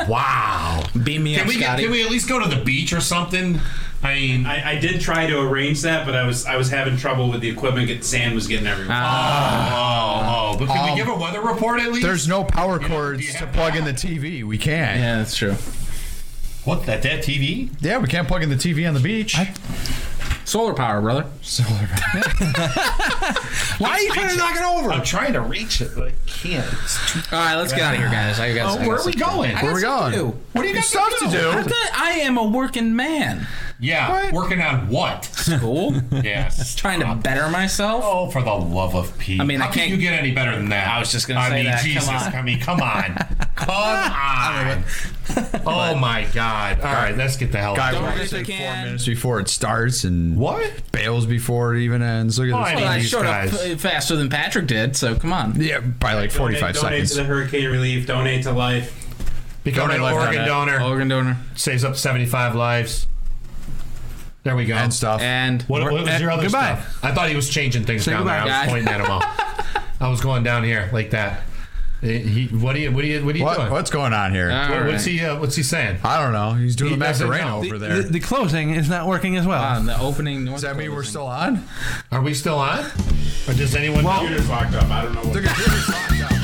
Wow. Beam me Can up, we get, Scotty. can we at least go to the beach or something? I mean, I, I did try to arrange that, but I was I was having trouble with the equipment. Get sand was getting everywhere. Ah, oh, oh, but can Um, we give a weather report at least? There's no power cords you to have- plug in the TV. We can't. Yeah. yeah, that's true. what that that TV? we can't plug in the TV on the beach. Solar power, brother. Solar- *laughs* Why are you trying to knock it I'm over? trying to reach it, but I can't. It's too- All right, let's get out of here, guys. I got. I oh, got where are we something. going? Where are we Stuff going? to do. What do you got stuff to I do? thought I am a working man. Yeah, What? working on what? *laughs* Cool. Yeah, Trying to better myself. Oh, for the love of Pete! I mean, how I can can't- you get any better than that? I was just gonna I say mean, that. Come Jesus, on. I mean, come *laughs* on, come on! *laughs* oh my God! All right, let's get the hell out. Guy of Don't walks raise in a can. four minutes before it starts and What? bails before it even ends. Look at Fine. this. Well, I these showed up guys. uh, faster than Patrick did, so come on. Yeah, by like 45 donate, Donate to seconds. the hurricane relief. Donate to life. Become Donate an life organ donor. Organ donor Saves up seventy-five lives. There we go. And stuff. and What, what was your other goodbye. stuff? I thought he was changing things down goodbye, there. I guys. was pointing *laughs* at him. All. I was going down here like that. Eh, He, what are you? What are you? What are you What, doing? what's going on here? All What- right. What's he? Uh, what's he saying? I don't know. He's doing He the doesn't Macarena know. over there. The, the closing is not working as well. on Uh, the opening. North Does that mean Pole we're thing. still on? Are we still on? Or does anyone? know? Computer's locked up. I don't know. What The computer's locked up.